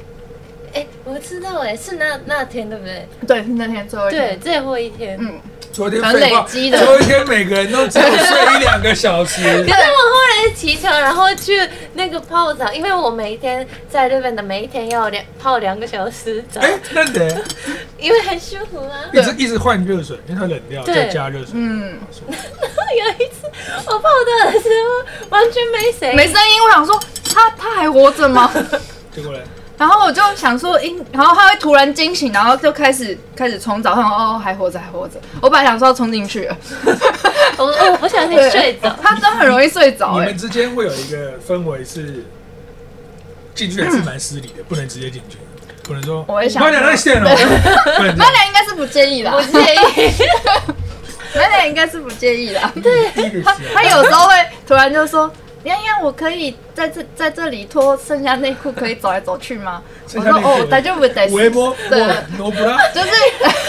Speaker 2: 哎，我知道哎，是那那天对不对？
Speaker 3: 对，是那天最后一
Speaker 2: 对，
Speaker 3: 天。
Speaker 2: 最后一天。
Speaker 3: 嗯，
Speaker 1: 昨天
Speaker 3: 很
Speaker 1: 废话，
Speaker 3: 累积的
Speaker 1: 昨天每个人都只有睡一两个小时。
Speaker 2: 可是我后来骑车，然后去那个泡澡，因为我每一天在日本的每一天要两泡两个小时澡，
Speaker 1: 哎，那得
Speaker 2: 因为很舒服啊。 (laughs)
Speaker 1: 一直一直换热水，因为它冷掉，
Speaker 2: 对
Speaker 1: 再加热水。
Speaker 3: 嗯，
Speaker 2: 有一次我泡澡的时候完全没谁，
Speaker 3: 没声音。我想说他他还活着 (laughs) 吗？
Speaker 1: 结果嘞，
Speaker 3: 然后我就想说，应，然后他会突然惊醒，然后就开始开始从早上哦还活着还活着，我本来想说要冲进去了，
Speaker 2: 我哦我不小心睡
Speaker 3: (laughs)
Speaker 2: 着。
Speaker 3: 他真的很容易睡着
Speaker 1: 你
Speaker 3: 哎、
Speaker 1: 们之间会有一个氛围是进去也是蛮失礼的，不能直接进去，不能说
Speaker 3: 我也想
Speaker 1: 快点那线了，不能这
Speaker 3: 麦
Speaker 1: 样
Speaker 3: 俩应该是不介意啦
Speaker 2: 我，介意，
Speaker 3: 麦俩应该是不介意啦。
Speaker 1: 第一个
Speaker 3: 他
Speaker 1: 是
Speaker 3: (laughs) 他有时候会突然就说：“洋洋，我可以在这在这里脱剩下内裤，可以走来走去吗？”我
Speaker 1: 剩下
Speaker 3: 说
Speaker 1: 内：“裤
Speaker 3: 哦，大丈夫です。
Speaker 1: 微波，
Speaker 3: 对
Speaker 1: 我挪不拉。
Speaker 3: 就是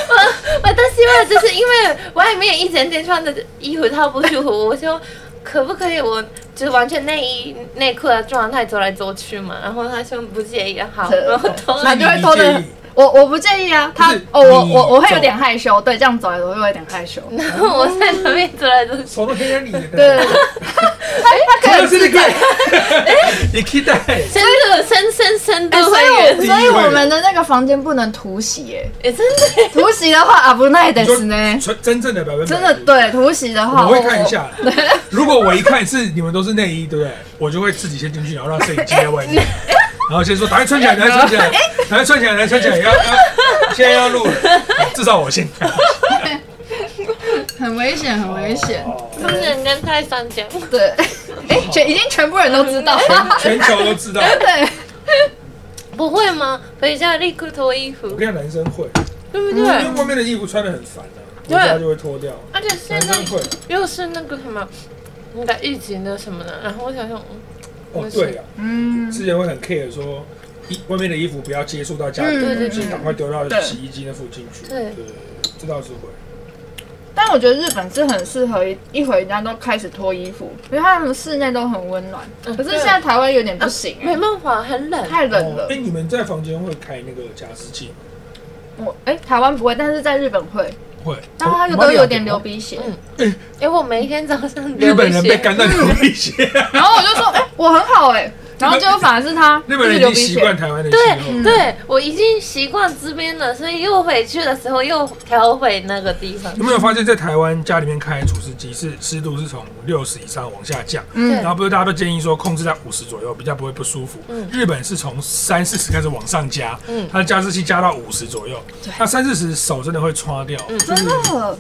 Speaker 2: 我 (laughs) 哎我都希望就是因为外面一整天穿的衣服套不舒服，我就可不可以我就是完全内衣内裤的状态走来走去嘛？然后他说不介意，好，
Speaker 3: 对
Speaker 2: 然后
Speaker 3: (laughs)
Speaker 2: 脱
Speaker 3: 他
Speaker 2: 了
Speaker 1: 你
Speaker 3: 就会脱
Speaker 1: 介
Speaker 3: 的
Speaker 1: 意。
Speaker 3: 我我不介意啊，他
Speaker 1: 不是
Speaker 3: 哦，我
Speaker 1: 你
Speaker 3: 我我会有
Speaker 1: 走
Speaker 3: 点害羞，对，这样走来走去会有点害 (laughs) 羞。对
Speaker 2: 然后我在旁边走来走去。
Speaker 1: 手都黑在你的。
Speaker 3: (laughs)
Speaker 1: (laughs)
Speaker 3: 对，对，他他可
Speaker 1: 这
Speaker 3: 能
Speaker 1: 是
Speaker 3: 是
Speaker 1: 那
Speaker 3: 在。
Speaker 1: (laughs) 个，你期待
Speaker 2: 深度深深深度
Speaker 3: 哎所
Speaker 2: 会
Speaker 3: 以
Speaker 2: 员，
Speaker 3: 我所以我们的那个房间不能突袭耶，
Speaker 2: 哎、真的
Speaker 3: 突袭的话啊不耐得死呢，
Speaker 1: 纯真正的百分百
Speaker 3: 真的对突袭的话，哦
Speaker 1: 我会看一下。
Speaker 3: (laughs)
Speaker 1: 如果我一看是你们都是内衣，对不对？我就会自己先进去，然后让摄影机在外
Speaker 3: (laughs)
Speaker 1: 面，然后先说：“赶快穿起来，赶快穿起
Speaker 3: 哎
Speaker 1: 来，赶快穿起来，赶快穿起来！”要要，现在要录了，啊至少我先
Speaker 3: (laughs)
Speaker 1: 看。
Speaker 3: 很危险很危险，
Speaker 2: 不能跟泰山讲，
Speaker 3: 对， (laughs) 哎全已经全部人都知
Speaker 1: (laughs)
Speaker 3: 道了，
Speaker 1: 全球都知道。
Speaker 3: 对。
Speaker 2: 不会吗？回家立刻脱衣服
Speaker 1: 我，跟你讲，男生会，
Speaker 2: 对不
Speaker 1: 因
Speaker 2: 对？
Speaker 1: 为外面的衣服穿的很烦啊，回家就会脱掉。
Speaker 2: 而且现
Speaker 1: 男
Speaker 2: 在
Speaker 1: 生会，
Speaker 2: 又是那个什么，那个疫情的什么的，然后我想想，嗯
Speaker 1: 哦，对啊，
Speaker 3: 嗯，
Speaker 1: 之前会很 care 说。衣外面的衣服不要接触到家里
Speaker 3: 嗯
Speaker 1: 的
Speaker 2: 对
Speaker 1: 东西，
Speaker 2: 对
Speaker 1: 赶快丢到
Speaker 3: 对
Speaker 1: 洗衣机那附近去。
Speaker 2: 对
Speaker 1: 对，这倒是会。
Speaker 3: 但我觉得日本是很适合一一回家都开始脱衣服，因为他们室内都很温暖。
Speaker 1: 嗯
Speaker 3: 可是
Speaker 2: 对
Speaker 3: 现在台湾有点不行、
Speaker 2: 没办法，很冷。
Speaker 3: 太冷
Speaker 1: 啊哦
Speaker 3: 了
Speaker 1: 哎、。你们在房间会开那个加湿器吗？
Speaker 3: 我哎、台湾不会，但是在日本会，
Speaker 1: 会，
Speaker 3: 然后他就都有点流。鼻血。
Speaker 2: 嗯哎、我每一天早上流鼻血嗯
Speaker 1: 日本人被干到流鼻血，啊
Speaker 2: (laughs)
Speaker 3: 然后我就说，哎、我很好哎、然后结果反而是他
Speaker 1: (laughs) 日本
Speaker 3: 一
Speaker 1: 人
Speaker 3: 直流
Speaker 1: 已经
Speaker 3: 鼻
Speaker 1: 习
Speaker 3: 血
Speaker 1: 惯。台湾的气
Speaker 2: 对
Speaker 1: 候。
Speaker 2: 对，我已经习惯这边了，所以又回去的时候又调回那个地方
Speaker 1: 有。没有发现，在台湾家里面开除湿机是湿度是从六十以上往下降，
Speaker 2: 嗯对
Speaker 1: 然后不是大家都建议说控制在五十左右，比较不会不舒服。
Speaker 2: 嗯
Speaker 1: 日本是从三四十开始往上加，
Speaker 2: 嗯
Speaker 1: 它的加湿器加到五十左右，那三四十手真的会搓掉，
Speaker 2: 嗯
Speaker 3: 真的，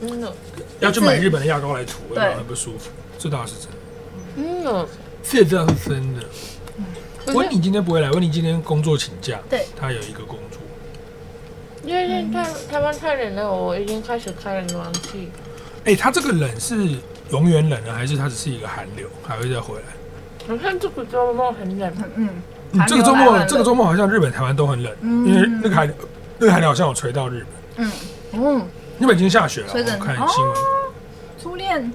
Speaker 2: 嗯
Speaker 1: 要去买日本的牙膏来涂，要
Speaker 3: 对
Speaker 1: 不然会不舒服。这倒是真的，
Speaker 2: 嗯，
Speaker 1: 这倒是真的。
Speaker 2: 不
Speaker 1: 温
Speaker 2: 是
Speaker 1: 妮今天不会来，温妮今天工作请假，
Speaker 3: 对，
Speaker 1: 她有一个工作。
Speaker 2: 因为现在太台湾太冷了，我已经开始开了暖气。
Speaker 1: 哎、它这个冷是永远冷呢，还是它只是一个寒流，还会再回来？
Speaker 2: 好像这个周末很冷，
Speaker 3: 嗯，
Speaker 1: 嗯
Speaker 3: 寒流
Speaker 1: 这个周
Speaker 3: 来
Speaker 1: 末，
Speaker 3: 了
Speaker 1: 这个周末好像日本、台湾都很冷，
Speaker 3: 嗯
Speaker 1: 因为那个寒流，那个寒流好像有吹到日本。
Speaker 3: 嗯嗯，
Speaker 1: 日本已经下雪了，
Speaker 3: 吹
Speaker 1: 我
Speaker 3: 得很
Speaker 1: 看新闻。
Speaker 3: 初恋，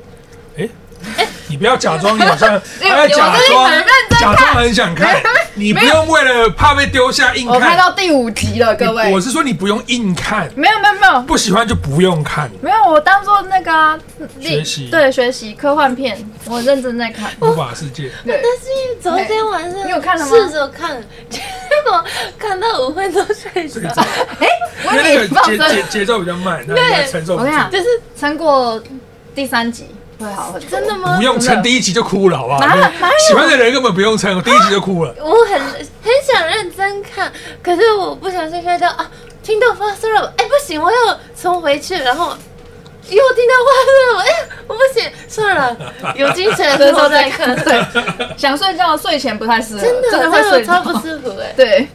Speaker 1: 你不要假装你好
Speaker 3: (laughs)
Speaker 1: 像，
Speaker 3: 哎
Speaker 1: 哎，
Speaker 3: 我
Speaker 1: 假
Speaker 3: 真的
Speaker 1: 装
Speaker 3: 很认真
Speaker 1: 假装很想看，你不用为了怕被丢下硬
Speaker 3: 我看
Speaker 1: 看。
Speaker 3: 到第五集了，各位
Speaker 1: 我，是说你不用硬看，
Speaker 3: 没有没有没有
Speaker 1: 不喜欢就不用看。
Speaker 3: 没有，我当做那个啊
Speaker 1: 学习
Speaker 3: 对学习科幻片，我认真在看。
Speaker 1: 魔法世界，
Speaker 3: 对，
Speaker 2: 但是昨天晚上
Speaker 3: 哎你有看了吗
Speaker 2: 试着看， (laughs) 结果看到五分钟睡着
Speaker 1: 睡。着因为那个节节节奏比较慢，那你承受
Speaker 3: 我
Speaker 1: 不
Speaker 3: 跟
Speaker 1: 住
Speaker 3: 你。讲，
Speaker 2: 就是
Speaker 3: 撑过第三集会好很多。
Speaker 2: 真的吗？
Speaker 1: 不用撑，第一集就哭了，好不好
Speaker 3: 哪哪有？。
Speaker 1: 喜欢的人根本不用撑，第一集就哭了。
Speaker 2: 我很很想认真看，可是我不小心睡到啊，听到发烧了，哎、不行，我要冲回去，然后。又听到发烧了，哎、我不行，算了，有精神的时候再看
Speaker 3: (laughs) 对，想睡觉睡前不太适合，
Speaker 2: 真的，
Speaker 3: 真的会
Speaker 2: 我
Speaker 3: 睡
Speaker 2: 超不。
Speaker 3: 着
Speaker 2: 舒服哎、
Speaker 3: (laughs) 对，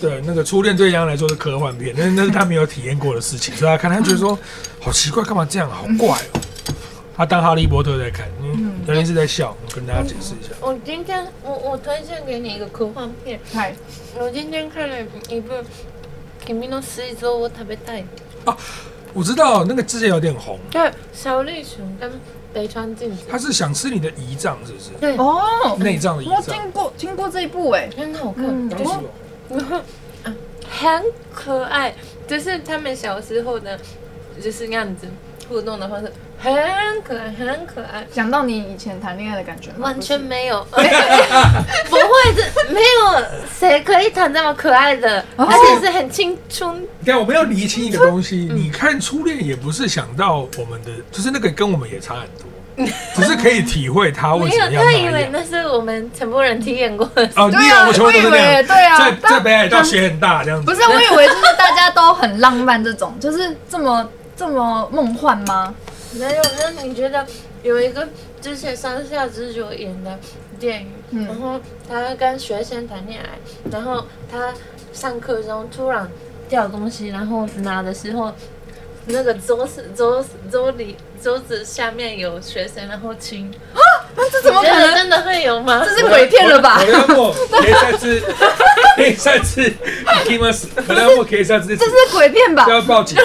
Speaker 1: 对，那个初恋对杨来说是科幻片，那那是他没有体验过的事情， (laughs) 所以他看他觉得说好奇怪，干嘛这样，好怪哦。他当哈利波特在看，嗯，原来是在笑，我跟大家解释一下。
Speaker 2: 我今天我我推荐给你一个科幻片，
Speaker 3: 嗨，
Speaker 2: 嗯我今天看了一部《君の水蔵を食べたい》。
Speaker 1: 我知道那个之前有点红，
Speaker 2: 对，小栗旬跟北川景子，
Speaker 1: 他是想吃你的胰脏，是不是？
Speaker 2: 对，
Speaker 3: 哦，
Speaker 1: 内脏的
Speaker 3: 我
Speaker 1: 胰脏，
Speaker 3: 听过听过这一部哎，
Speaker 2: 很好看，
Speaker 3: 嗯，
Speaker 1: 就是有
Speaker 2: 然后嗯很可爱，就是他们小时候的，就是那样子互动的方式，很可爱，很可爱。
Speaker 3: 讲到你以前谈恋爱的感觉吗，
Speaker 2: 完全没有， (laughs) 不会的，没有谁可以谈这么可爱的，
Speaker 3: 哦
Speaker 2: 而且是很青春。
Speaker 1: 你看，我们要厘清一个东西，
Speaker 3: 嗯
Speaker 1: 你看初恋也不是想到我们的，就是那个跟我们也差很多，只是哦可以体会他为
Speaker 2: 没
Speaker 1: 什
Speaker 2: 有，
Speaker 1: 么要
Speaker 3: (laughs)
Speaker 2: 他以
Speaker 1: 那
Speaker 2: 为
Speaker 1: 样。
Speaker 2: 那是我们全部人体验过的事。
Speaker 1: 哦，
Speaker 3: 对啊
Speaker 1: 你有我全部都是这
Speaker 3: 我以
Speaker 1: 样，
Speaker 3: 为对啊
Speaker 1: 在在
Speaker 3: 但
Speaker 1: 北海道雪很大这样
Speaker 3: 不
Speaker 1: 子，
Speaker 3: 是，我以为就是大家都很浪漫这种，就是这么这么梦幻吗？
Speaker 2: 没有，那你觉得有一个之前山下智久演的电影，
Speaker 3: 嗯
Speaker 2: 然后他跟学生谈恋爱，然后他上课中突然掉东西，然后拿的时候，那个桌子桌子桌里桌子下面有学生，然后亲，
Speaker 3: 这怎么
Speaker 2: 你
Speaker 3: 可
Speaker 2: 觉得
Speaker 3: 能？
Speaker 2: 真的会有吗
Speaker 3: (laughs) 这？是鬼片了吧
Speaker 1: 我？要莫可以下次，可以下次，你们是我要莫可以下次，
Speaker 3: 这是鬼片吧
Speaker 1: 就？要报警。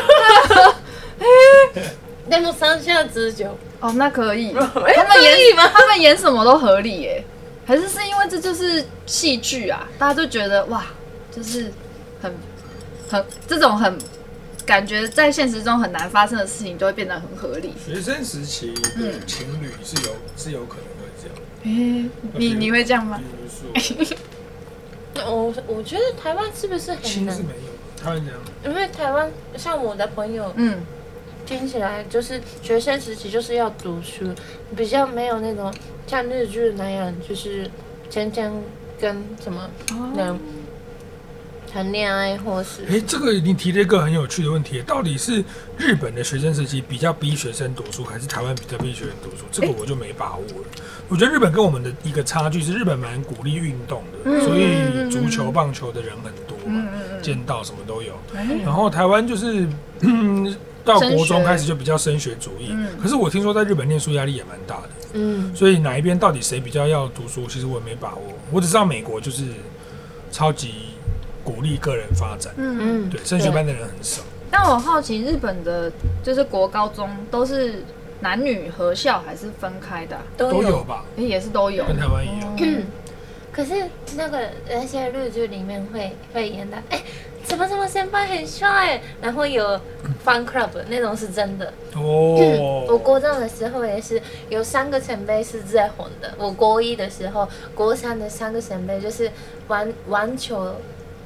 Speaker 2: 但是山下智久，
Speaker 3: 哦，那可
Speaker 2: (laughs)
Speaker 3: 以。
Speaker 2: 哎
Speaker 3: 他们演他们演什么都合理耶，还是是因为这就是戏剧啊？大家都觉得哇，就是很很这种很感觉在现实中很难发生的事情，就会变得很合理。
Speaker 1: 学生时期的情侣是有是有可能会这样，
Speaker 3: 哎、你你会这样吗
Speaker 1: 比？如
Speaker 3: 哎
Speaker 1: 说
Speaker 2: 我我觉得台湾是不是很
Speaker 1: 亲
Speaker 2: 难
Speaker 1: 是？没
Speaker 3: 哎
Speaker 1: 有，他会这样。
Speaker 2: 因为台湾像我的朋友，
Speaker 3: 嗯，
Speaker 2: 听起来就是学生时期就是要读书，比较没有那种像日剧那样，就是天天跟什么人谈恋爱，或是
Speaker 1: 哎、这个你提了一个很有趣的问题，到底是日本的学生时期比较逼学生读书，还是台湾比较逼学生读书？
Speaker 3: 哎
Speaker 1: 这个我就没把握了。我觉得日本跟我们的一个差距是，日本蛮鼓励运动
Speaker 3: 嗯
Speaker 1: 的，所以足球、棒球的人很多嘛，剑道什么都有。
Speaker 3: 嗯
Speaker 2: 嗯
Speaker 1: 然后台湾就是， (clears throat) 嗯，到国中开始就比较升学主义。可是我听说在日本念书压力也蛮大的，
Speaker 2: 嗯，
Speaker 1: 所以哪一边到底谁比较要读书，其实我也没把握。我只知道美国就是超级鼓励个人发展。
Speaker 3: 嗯，
Speaker 2: 嗯
Speaker 1: 对，升学班的人很少。
Speaker 3: 但我好奇日本的，就是国高中都是男女合校还是分开的啊、
Speaker 1: 都
Speaker 2: 都
Speaker 1: 有。吧，
Speaker 3: 诶也是都有。
Speaker 1: 跟台湾一样。
Speaker 2: (clears throat) 可是那个那些日剧里面会会演的，哎、什么什么先輩很帅，然后有 fan club 那种是真的。
Speaker 1: 哦，
Speaker 2: 嗯我国中的时候也是有三个前辈是最红的。我国一的时候，国三的三个前辈就是玩玩球、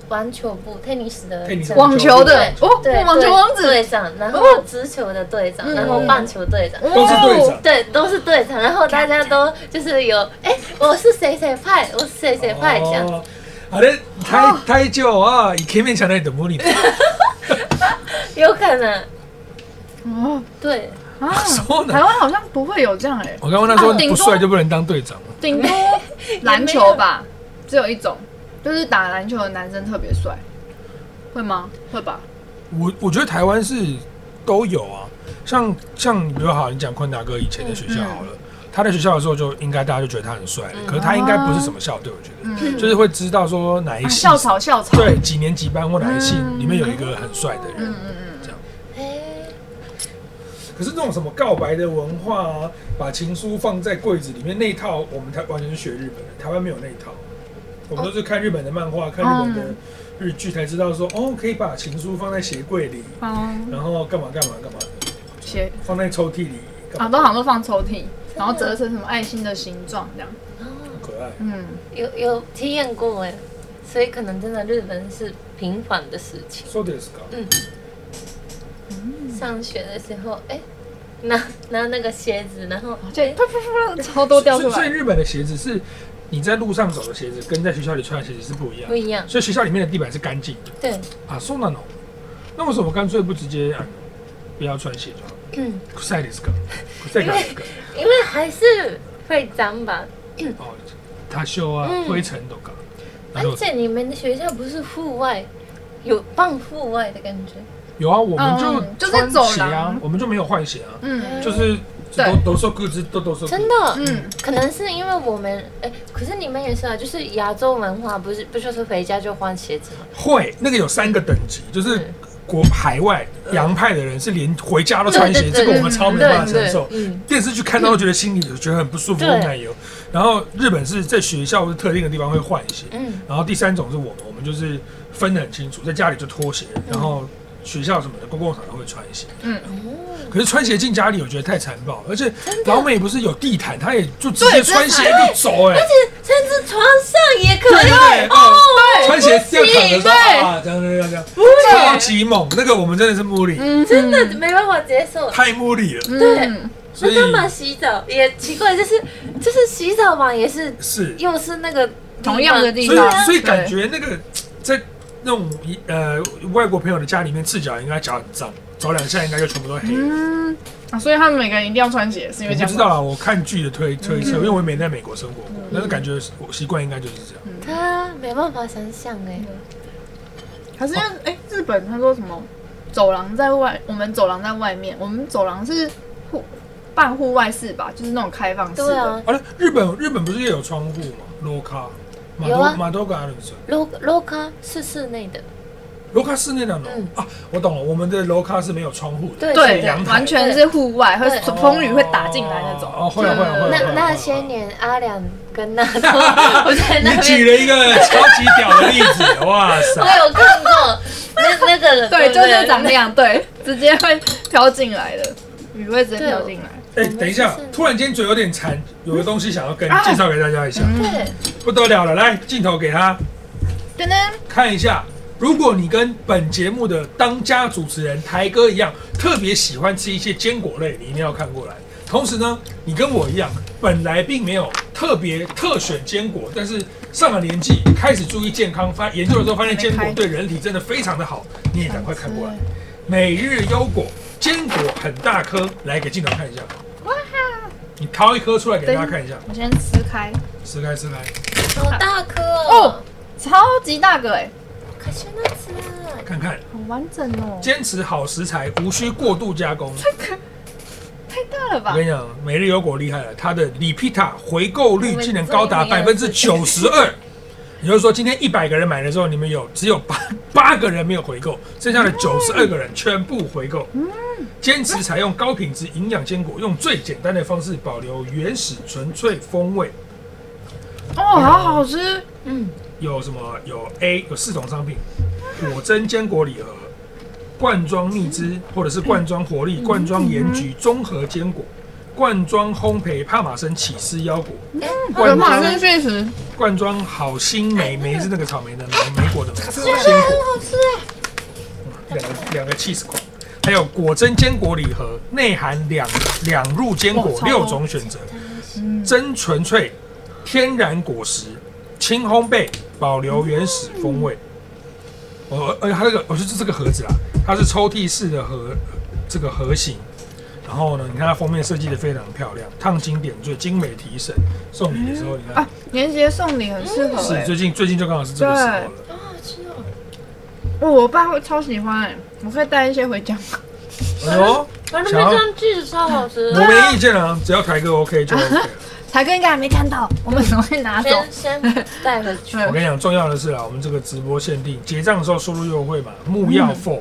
Speaker 2: 玩球部、tennis 的
Speaker 1: 哎你是
Speaker 2: 正
Speaker 3: 网球的
Speaker 2: 对
Speaker 3: 哦，
Speaker 2: 对
Speaker 3: 网球王子
Speaker 2: 队长，然后
Speaker 3: 哦
Speaker 2: 直球的队长，
Speaker 3: 嗯
Speaker 2: 然后棒球队长。
Speaker 1: 都是队长。
Speaker 2: 对，都是队长，然后大家都就是有，哎、我是谁谁派，我是谁谁派这样。
Speaker 1: 哦あれ、太太久はイケメンじゃないと無理。
Speaker 2: 有可能，
Speaker 3: 哦
Speaker 2: 对，
Speaker 3: 啊
Speaker 1: そうな
Speaker 3: 台
Speaker 1: の。
Speaker 3: 湾好像不会有这样哎、
Speaker 1: 我刚刚他说
Speaker 3: 啊顶
Speaker 1: 不
Speaker 3: 多
Speaker 1: 帅就不能当队长吗
Speaker 3: (laughs) 顶多篮球吧，只有一种，就是打篮球的男生特别帅，会吗？会吧？
Speaker 1: 我我觉得台湾是都有啊，像像比如好，你讲坤达哥以前的学校好了。
Speaker 3: 嗯
Speaker 1: 他在学校的时候，就应该大家就觉得他很帅了。可是他应该不是什么校队，我觉得，就是会知道说哪一
Speaker 3: 哦嗯啊
Speaker 1: 系
Speaker 3: 校草校草，
Speaker 1: 对几年级班或哪一系
Speaker 3: 嗯
Speaker 1: 里面有一个很帅的人，这样。
Speaker 2: 哎，
Speaker 1: 可是那种什么告白的文化啊，把情书放在柜子里面那一套，我们台完全是学日本的，台湾没有那一套。我们都是看日本的漫画，看日本
Speaker 3: 哦
Speaker 1: 的日剧才知道说，哦，可以把情书放在鞋柜里，
Speaker 3: 嗯，
Speaker 1: 然后干嘛干嘛干嘛的，
Speaker 3: 鞋
Speaker 1: 放在抽屉里，
Speaker 3: 啊
Speaker 1: 干嘛
Speaker 3: 都好像都放抽屉，然后折成什么爱心的形状这样，
Speaker 1: 很可爱。
Speaker 3: 嗯，
Speaker 2: 有有体验过哎，所以可能真的日本是平凡的事情。
Speaker 1: そうですか。
Speaker 2: 上学的时候，哎、拿拿那个鞋子，然后哎
Speaker 3: 就啪啪啪超多掉
Speaker 1: 所
Speaker 3: 出
Speaker 1: 以所以
Speaker 3: 来，
Speaker 1: 日本的鞋子是你在路上走的鞋子，跟在学校里穿的鞋子是不一样
Speaker 2: 不。一样，
Speaker 1: 所以学校里面的地板是干净的
Speaker 2: 对，
Speaker 1: 啊，そうなの。那为什么干脆不直接、啊、不要穿鞋就好？
Speaker 2: 嗯，
Speaker 1: 臭いですか？臭いからですか？
Speaker 2: 因为还是会脏吧，
Speaker 1: 哦，他修啊
Speaker 2: 嗯，
Speaker 1: 灰尘都搞。
Speaker 3: 哎
Speaker 1: 然
Speaker 2: 而
Speaker 1: 后
Speaker 2: 且你们的学校不是户外，有半户外的感觉，
Speaker 1: 有啊，我们就
Speaker 3: 嗯就是
Speaker 1: 穿
Speaker 3: 走
Speaker 1: 鞋啊
Speaker 3: 廊，
Speaker 1: 我们就没有换鞋啊，
Speaker 3: 嗯
Speaker 1: 就是
Speaker 3: 对
Speaker 1: 都都说各自都都说各自
Speaker 2: 哎真的，
Speaker 3: 嗯，
Speaker 2: 可能是因为我们，哎、可是你们也是啊，就是亚洲文化，不是不就是回家就换鞋子吗？
Speaker 1: 会那个有三个等级，就是
Speaker 2: 嗯
Speaker 1: 国海外洋派的人是连回家都穿鞋，
Speaker 2: 对对对
Speaker 1: 这个我们超没办法承受。
Speaker 2: 嗯，
Speaker 1: 电视剧看到都觉得心里觉得很不舒服，
Speaker 2: 对
Speaker 1: 很奶油。然后日本是在学校或者特定的地方会换鞋，
Speaker 2: 嗯，
Speaker 1: 然后第三种是我们，我们就是分得很清楚，在家里就拖鞋，然
Speaker 2: 嗯
Speaker 1: 后学校什么的公共场合会穿鞋。哦
Speaker 3: 嗯
Speaker 1: 可是穿鞋进家里，我觉得太残暴，而且
Speaker 2: 真的
Speaker 1: 老美不是有地毯，他也就直接
Speaker 2: 对
Speaker 1: 穿鞋就走、哎
Speaker 2: 而，且甚至床上也可
Speaker 1: 对
Speaker 2: 以
Speaker 1: 对对
Speaker 2: 哦，
Speaker 1: 穿鞋掉躺的时候
Speaker 2: 对
Speaker 1: 啊，这样这样这样，
Speaker 2: 不会
Speaker 1: 超级猛，那个我们真的是目力，
Speaker 3: 嗯，
Speaker 2: 真的没办法接受。
Speaker 1: 太目力了，
Speaker 3: 嗯
Speaker 2: 对
Speaker 1: 所
Speaker 2: 那
Speaker 1: 以
Speaker 2: 干嘛洗澡也奇怪，就是就是洗澡嘛，也是
Speaker 1: 是
Speaker 2: 又是那个
Speaker 3: 同样的地
Speaker 1: 所以
Speaker 3: 方，
Speaker 1: 所以
Speaker 3: 对
Speaker 1: 感觉那个在那种呃外国朋友的家里面赤脚，应该脚很脏，走两下应该就全部都黑了。
Speaker 3: 嗯、啊，所以他们每个人一定要穿鞋，是因
Speaker 1: 我
Speaker 3: 为
Speaker 1: 不
Speaker 3: 这样
Speaker 1: 知
Speaker 3: 吗。
Speaker 1: 道啦，啊我看剧的推推
Speaker 2: 嗯
Speaker 1: 测，因为我也没在美国生活过，但是感觉我习惯应该就是这样。
Speaker 2: 他没办法想象哎、
Speaker 3: 还是因为哎、日本他说什么走廊在外，我们走廊在外面，我们走廊是户半户外式吧，就是那种开放式的。
Speaker 2: 对啊，
Speaker 1: 好了，日本日本不是也有窗户吗？楼卡，马
Speaker 2: 有
Speaker 1: 多
Speaker 2: 啊
Speaker 1: 马多格阿伦森，
Speaker 2: 楼楼卡是室内的，
Speaker 1: 楼卡室内的楼
Speaker 2: 嗯
Speaker 1: 啊，我懂了，我们的楼卡是没有窗户的，
Speaker 2: 对
Speaker 3: 对
Speaker 2: 是的
Speaker 1: 阳台
Speaker 3: 完全是户外，会
Speaker 2: 对
Speaker 1: 哦
Speaker 3: 风雨会打进来那种。
Speaker 1: 哦，会啊会啊会啊会
Speaker 2: 那
Speaker 1: 啊。会啊
Speaker 2: 那些年，阿良跟纳豆，
Speaker 3: (laughs)
Speaker 2: 我在那
Speaker 1: 你举
Speaker 2: 边，
Speaker 1: 了一个超级屌的例子，哇塞
Speaker 2: (laughs)
Speaker 1: 哎
Speaker 2: 我！有看过那那个人，
Speaker 3: (laughs) 对，
Speaker 2: 不
Speaker 3: 就是长那样，对，直接会飘进来的，雨会直接飘进来。
Speaker 1: 哎、
Speaker 2: 我们
Speaker 1: 等一下
Speaker 2: 就是，
Speaker 1: 突然间嘴有点馋，有个东西想要跟
Speaker 3: 啊
Speaker 1: 介绍给大家一下，
Speaker 2: 对，
Speaker 1: 不得了了，来镜头给他
Speaker 3: 噔噔，
Speaker 1: 看一下。如果你跟本节目的当家主持人台哥一样，特别喜欢吃一些坚果类，你一定要看过来。同时呢，你跟我一样，本来并没有特别特选坚果，但是上了年纪开始注意健康，发研究的时候发现坚果对人体真的非常的好，你也赶快看过来。每日优果坚果很大颗，来给镜头看一下。
Speaker 3: 哇！
Speaker 1: 你掏一颗出来给大家看一下，
Speaker 3: 我先撕开，
Speaker 1: 撕开撕开，
Speaker 2: 好大颗
Speaker 3: 哦
Speaker 2: 哦，
Speaker 3: 超级大个哎、
Speaker 2: 可是那次
Speaker 1: 看看。
Speaker 3: 好完整哦，
Speaker 1: 坚持好食材，无需过度加工。
Speaker 3: 太大
Speaker 1: 我
Speaker 3: 了吧
Speaker 1: 跟？你讲，每日优果厉害了，它的里皮塔回购率竟然高达
Speaker 2: 我
Speaker 1: 百
Speaker 2: 们
Speaker 1: 分之
Speaker 2: 这里
Speaker 1: 九十二。 (laughs) 也就是说，今天一百个人买的时候，你们有只有八八个人没有回购，剩下的
Speaker 2: 嗯
Speaker 1: 九十二个人全部回购。坚持采用高品质营养坚果，用最简单的方式保留原始纯粹风味。
Speaker 3: 哦，好好吃，
Speaker 2: 嗯，
Speaker 1: 有什么？有 A 有四种商品，果珍坚果礼盒、罐装蜜汁，或者是罐装活力、罐装盐焗综合坚果、罐装烘焙帕玛森起司腰果、罐
Speaker 3: 有马
Speaker 1: 装
Speaker 3: 生确实，
Speaker 1: 罐装好心莓莓是那个草莓的莓莓果的莓，新
Speaker 2: 真的很
Speaker 1: 果嗯
Speaker 2: 好吃
Speaker 1: 两个两个 cheese 款，还有果珍坚果礼盒，内含两两入坚
Speaker 3: 哇
Speaker 1: 果
Speaker 3: 超多
Speaker 1: 六种选择。
Speaker 3: 嗯，
Speaker 1: 真纯粹天然果实，轻烘焙，保留原始风味。哦，而且它这个，我就是这个盒子啊，它是抽屉式的盒，这个盒型。然后呢，你看它封面设计的非常漂亮，烫金点缀，精美提神。送礼的时候，你看
Speaker 3: 啊，年节送礼很适合哎、
Speaker 1: 是最近最近就刚好是这个时候了。
Speaker 2: 好好吃哦，
Speaker 3: 哦，我爸会超喜欢、欸，我可以带一些回家吗。
Speaker 1: 哎呦，
Speaker 2: 反正
Speaker 1: 想要
Speaker 2: 这样吃超好吃
Speaker 1: 我没意见啊，只要台哥 OK 就 OK 了。
Speaker 3: 才哥应该还没看到，我们怎么会拿走？
Speaker 2: 先先带回去，
Speaker 1: 我
Speaker 3: 对，
Speaker 1: 跟你讲，重要的是啊，我们这个直播限定结账的时候输入优惠码木曜 four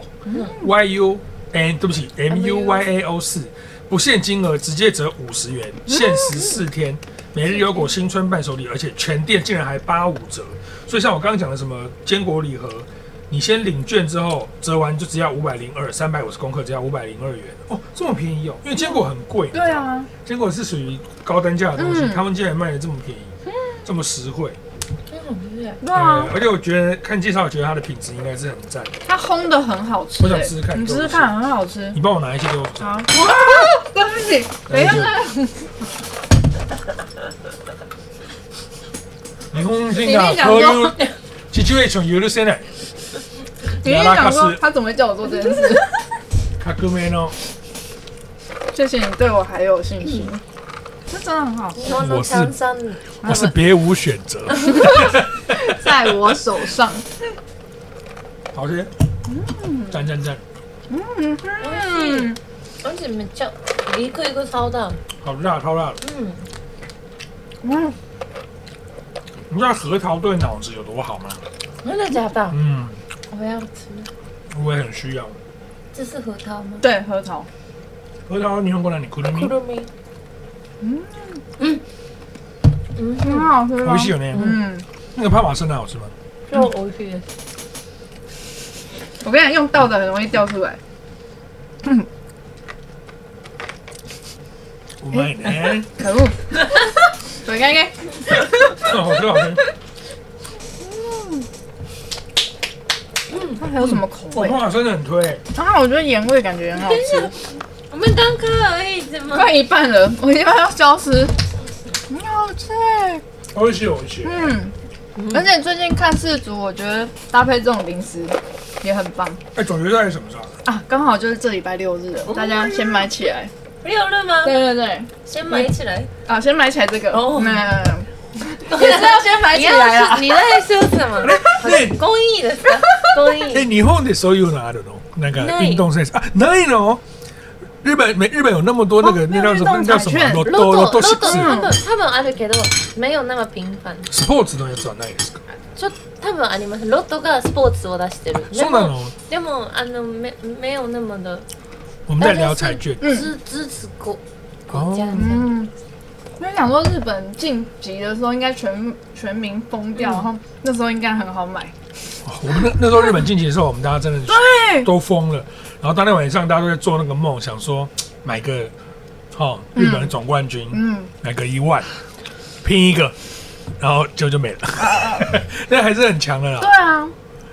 Speaker 1: y u n 对不起嗯 m u y a o 四，不限金额直接折五十元，限时四天。每日有果新春伴手礼，而且全店竟然还八五折，所以像我刚刚讲的什么坚果礼盒，你先领券之后折完就只要五百零二，三百五十公克只要五百零二元哦，这么便宜哦，因为坚果很贵，
Speaker 3: 对啊，
Speaker 1: 坚果是属于高单价的东西，
Speaker 3: 嗯
Speaker 1: 他们竟然卖的这么便宜，这么实惠。
Speaker 2: 真好吃，
Speaker 3: 对啊
Speaker 1: 对，而且我觉得看介绍，我觉得它的品质应该是很赞的。
Speaker 3: 它烘的很好吃、欸，
Speaker 1: 我想试试看
Speaker 3: 你试试看，很好吃。
Speaker 1: 你帮我拿一些给我手上。
Speaker 3: 好，哇，对不起，等一下，等一下
Speaker 1: 你空心
Speaker 3: 你一
Speaker 1: 啊，
Speaker 3: 定想说
Speaker 1: 可以，其实会从 u 现在
Speaker 3: 你一定想说他怎么会叫我做这件事？
Speaker 1: (laughs) 卡哥没呢，
Speaker 3: 谢谢你对我还有信心，这真的很好吃，
Speaker 1: 我是
Speaker 2: 强生，
Speaker 1: 我是别无选择。
Speaker 3: 嗯在我手上。
Speaker 1: 好吃，赞赞赞，
Speaker 3: 嗯
Speaker 2: 嗯，而且你们叫一个一个烧的，
Speaker 1: 好辣，超辣的。
Speaker 2: 嗯，
Speaker 3: 嗯，
Speaker 1: 你知道核桃对脑子有多好吗？
Speaker 2: 真的假的？
Speaker 1: 嗯，
Speaker 2: 我要吃，
Speaker 1: 我也很需要。
Speaker 2: 这是核桃吗？
Speaker 3: 对，核桃。
Speaker 1: 核桃日本語なんにくるみ
Speaker 2: 库。洛米。
Speaker 3: 嗯
Speaker 2: 嗯嗯
Speaker 3: 很
Speaker 2: 哼，
Speaker 3: 好吃
Speaker 1: 美
Speaker 3: 吗
Speaker 1: 味？しいよね。
Speaker 3: 嗯，
Speaker 1: 那个帕玛森的好吃吗？
Speaker 2: 肉我去。
Speaker 3: 我跟你讲，用倒的很容易掉出来。
Speaker 1: うまいね。
Speaker 3: 可
Speaker 1: (laughs)
Speaker 3: 恶！我应该
Speaker 1: 好吃好吃。
Speaker 3: 它还有什么口
Speaker 1: 我
Speaker 3: 味
Speaker 1: 帕？玛森的很推，
Speaker 3: 啊，嗯我觉得盐味感觉很好吃，
Speaker 2: 我们刚刚而已，怎么？
Speaker 3: (laughs) 快一半了，我一半要消失。很好吃，欸
Speaker 1: 美味しい美味しい。
Speaker 3: 嗯，而且最近看世足，我觉得搭配这种零食也很棒
Speaker 1: 哎，总决赛是什么时候？
Speaker 3: 啊！刚好就是这礼拜六日了，大家先买起来。
Speaker 2: 六了吗？
Speaker 3: 哦对对对，
Speaker 2: 先买起来。
Speaker 3: 啊，先买起来这个，嗯
Speaker 2: 哦
Speaker 3: 那 (laughs) 也是要先买
Speaker 2: 你
Speaker 3: 起
Speaker 2: 要
Speaker 3: 来啊
Speaker 2: 是
Speaker 3: 啦。
Speaker 2: 你在说什么？
Speaker 1: ね
Speaker 2: 公益的事，公益。
Speaker 1: え日本でそういうのあるの？なんか
Speaker 2: ない
Speaker 1: 運動選手あないの？日本没日本有那么多那个
Speaker 3: 哦没
Speaker 1: 那
Speaker 3: 有
Speaker 1: 叫什么叫什
Speaker 3: 运动
Speaker 1: 么
Speaker 3: 彩券
Speaker 1: ロットロ
Speaker 2: ロ
Speaker 1: ッ
Speaker 2: ト
Speaker 1: ト
Speaker 2: ロ
Speaker 1: シック
Speaker 2: ト
Speaker 1: ス
Speaker 2: 多分多分あるけど没有那么频繁。
Speaker 1: スポーツのやつはないですか？
Speaker 2: ちょっと多分あります。ロトがスポーツを出してる。
Speaker 1: そうなの？
Speaker 2: でもあの没没有那么的
Speaker 1: 我们在聊彩券。哦
Speaker 3: 嗯
Speaker 2: 支支持国国家这样。
Speaker 3: (laughs) 嗯，因为想说日本晋级的时候应该全全民疯掉，然后那时候应该很好买。
Speaker 1: 哦我们那那时候日本晋级的时候，我们大家真的
Speaker 3: (laughs) 对，
Speaker 1: 都疯了。然后当天晚上大家都在做那个梦，想说买个哦日本的总冠军，
Speaker 3: 嗯，
Speaker 1: 买个一万，拼一个，然后就就没了。 (laughs) 那还是很强的
Speaker 3: 啊对
Speaker 1: 啦。
Speaker 3: 啊，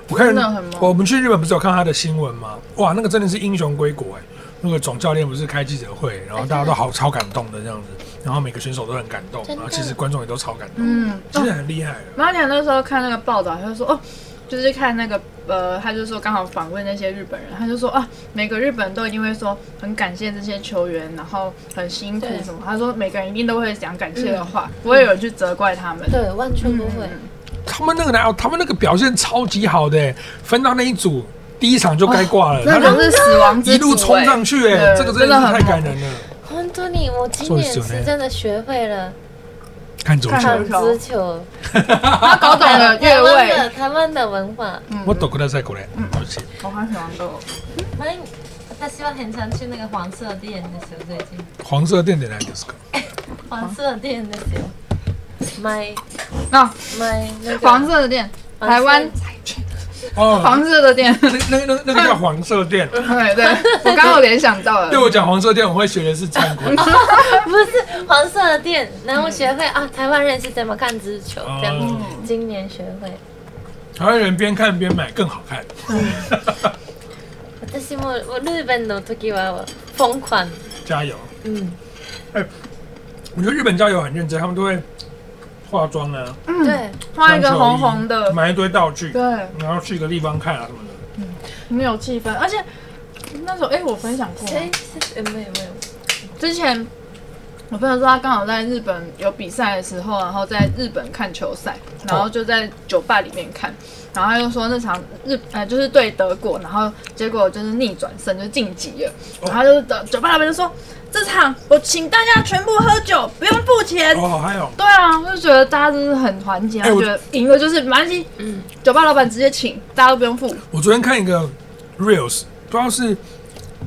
Speaker 1: 我看
Speaker 3: 真的很猛
Speaker 1: 我们去日本不是有看他的新闻吗？哇，那个真的是英雄归国哎、那个总教练不是开记者会，
Speaker 3: 哎
Speaker 1: 然后大家都好超感动的这样子，然后每个选手都很感动，
Speaker 2: 真
Speaker 1: 然
Speaker 2: 的
Speaker 1: 后其实观众也都超感动，
Speaker 3: 嗯。
Speaker 1: 真的很厉害啊。
Speaker 3: 马鸟那时候看那个报道，他就说哦，就是看那个呃，他就说刚好访问那些日本人，他就说啊，每个日本人都一定会说很感谢这些球员，然后很辛苦
Speaker 2: 对
Speaker 3: 什么。他说每个人一定都会讲感谢的话，不会有人去责怪他们。嗯
Speaker 2: 对，完全不会。
Speaker 1: 他们那个哪有？他们那个表现超级好的、欸，分到那一组第一场就该挂了，
Speaker 3: 哦那
Speaker 1: 他
Speaker 3: 就是死亡
Speaker 1: 一
Speaker 3: 之
Speaker 1: 路
Speaker 3: 组
Speaker 1: 冲上去、欸，
Speaker 3: 对
Speaker 1: 这个真的
Speaker 3: 真的
Speaker 1: 是
Speaker 3: 很
Speaker 1: 太感人了。
Speaker 2: 本当に我今年是真的学会了
Speaker 1: 看足
Speaker 3: 看
Speaker 1: 球
Speaker 3: 看，
Speaker 2: 看足球，
Speaker 3: 他搞懂了
Speaker 2: (laughs)
Speaker 3: 哦越
Speaker 2: 台湾的
Speaker 3: 位。
Speaker 2: 台湾的文化。
Speaker 3: 嗯
Speaker 1: 我懂，过来再过来，对不起，
Speaker 3: 我好喜欢这个
Speaker 4: 蛮，私は很常去那个黄色店ですよ最近。
Speaker 1: 黄色店点来就是个
Speaker 4: 黄色店ですよ。
Speaker 2: 买
Speaker 3: 啊，
Speaker 2: 买那个
Speaker 3: 黄色的店，
Speaker 2: 黄色
Speaker 3: 台湾
Speaker 1: 哦，
Speaker 3: 黄色的店。
Speaker 1: 那那那那个叫黄色
Speaker 3: (laughs)
Speaker 1: 店。
Speaker 3: 对对，我刚好联想到了
Speaker 1: 对。我讲黄色店，我会学的是战国。
Speaker 2: 不是黄色的店，然后学会
Speaker 3: 嗯
Speaker 2: 啊，台湾人是怎么看足球这样子
Speaker 1: 哦。
Speaker 2: 今年学会，
Speaker 1: 台湾人边看边买更好看。
Speaker 2: 私も日本の時は疯狂，
Speaker 1: 加油！哎
Speaker 2: 嗯，
Speaker 1: 我觉得日本加油很认真，他们都会化妆啊，
Speaker 2: 对，
Speaker 3: 画嗯一个红红的，
Speaker 1: 买一堆道具，
Speaker 3: 对。
Speaker 1: 然后去一个地方看啊什么的。
Speaker 3: 没有气氛，而且那时候哎、我分享过吗，
Speaker 2: 谁是没有没有，
Speaker 3: 之前我朋友说他刚好在日本有比赛的时候，然后在日本看球赛，然后就在酒吧里面看，然后他就说那场日呃就是对德国，然后结果就是逆转胜就晋级了，
Speaker 1: 哦
Speaker 3: 然后他就到酒吧那边就说这场我请大家全部喝酒，不用付钱。
Speaker 1: 哦，还有
Speaker 3: 对啊，我就觉得大家真的很团结，
Speaker 1: 哎
Speaker 3: 我
Speaker 1: 我
Speaker 3: 觉得赢了就是没关系，酒吧老板直接请，大家都不
Speaker 1: (laughs)
Speaker 3: 用付。
Speaker 1: 我昨天看一个 reels，不知道是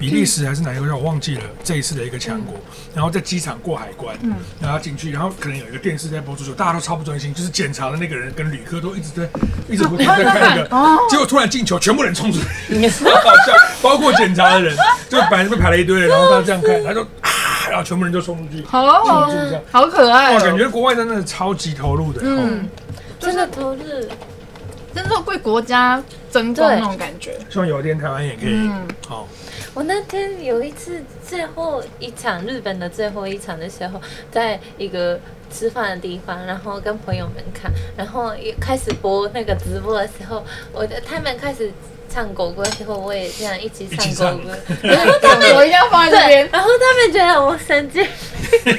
Speaker 1: 比利时还是哪一个国家，我忘记了。这一次的一个强国，然后在机场过海关，
Speaker 3: 嗯
Speaker 1: 然后进去，然后可能有一个电视在播足球，大家都超不专心，就是检查的那个人跟旅客都一直在一直不
Speaker 3: (laughs)
Speaker 1: 停地在看那
Speaker 3: 哦
Speaker 1: 个，结果突然进球，全部人冲出来，好好笑，包括检查的人，就摆那边排了一堆人，然后他这样看，他就啊，然后全部人就冲出去，
Speaker 3: 好哦
Speaker 1: 庆祝这样。
Speaker 3: 好可爱、
Speaker 1: 哇，
Speaker 3: 哦，
Speaker 1: 感觉国外真的是超级投入的，嗯
Speaker 3: 嗯，，
Speaker 2: 真的投入，
Speaker 3: 真的为国家争光
Speaker 2: 对
Speaker 3: 那种感觉。
Speaker 1: 希望有一天台湾也可以，
Speaker 3: 嗯，
Speaker 1: 好，
Speaker 2: 我那天有一次最后一场日本的最后一场的时候，在一个吃饭的地方，然后跟朋友们看，然后一开始播那个直播的时候，我的他们开始唱国歌的时候，我也这样一起
Speaker 1: 一起
Speaker 2: 唱
Speaker 1: 唱
Speaker 2: 国歌，然后他
Speaker 3: 我
Speaker 2: 们
Speaker 3: 一定要放在这
Speaker 2: 对
Speaker 3: 边，。
Speaker 2: 然后他们觉得我神经病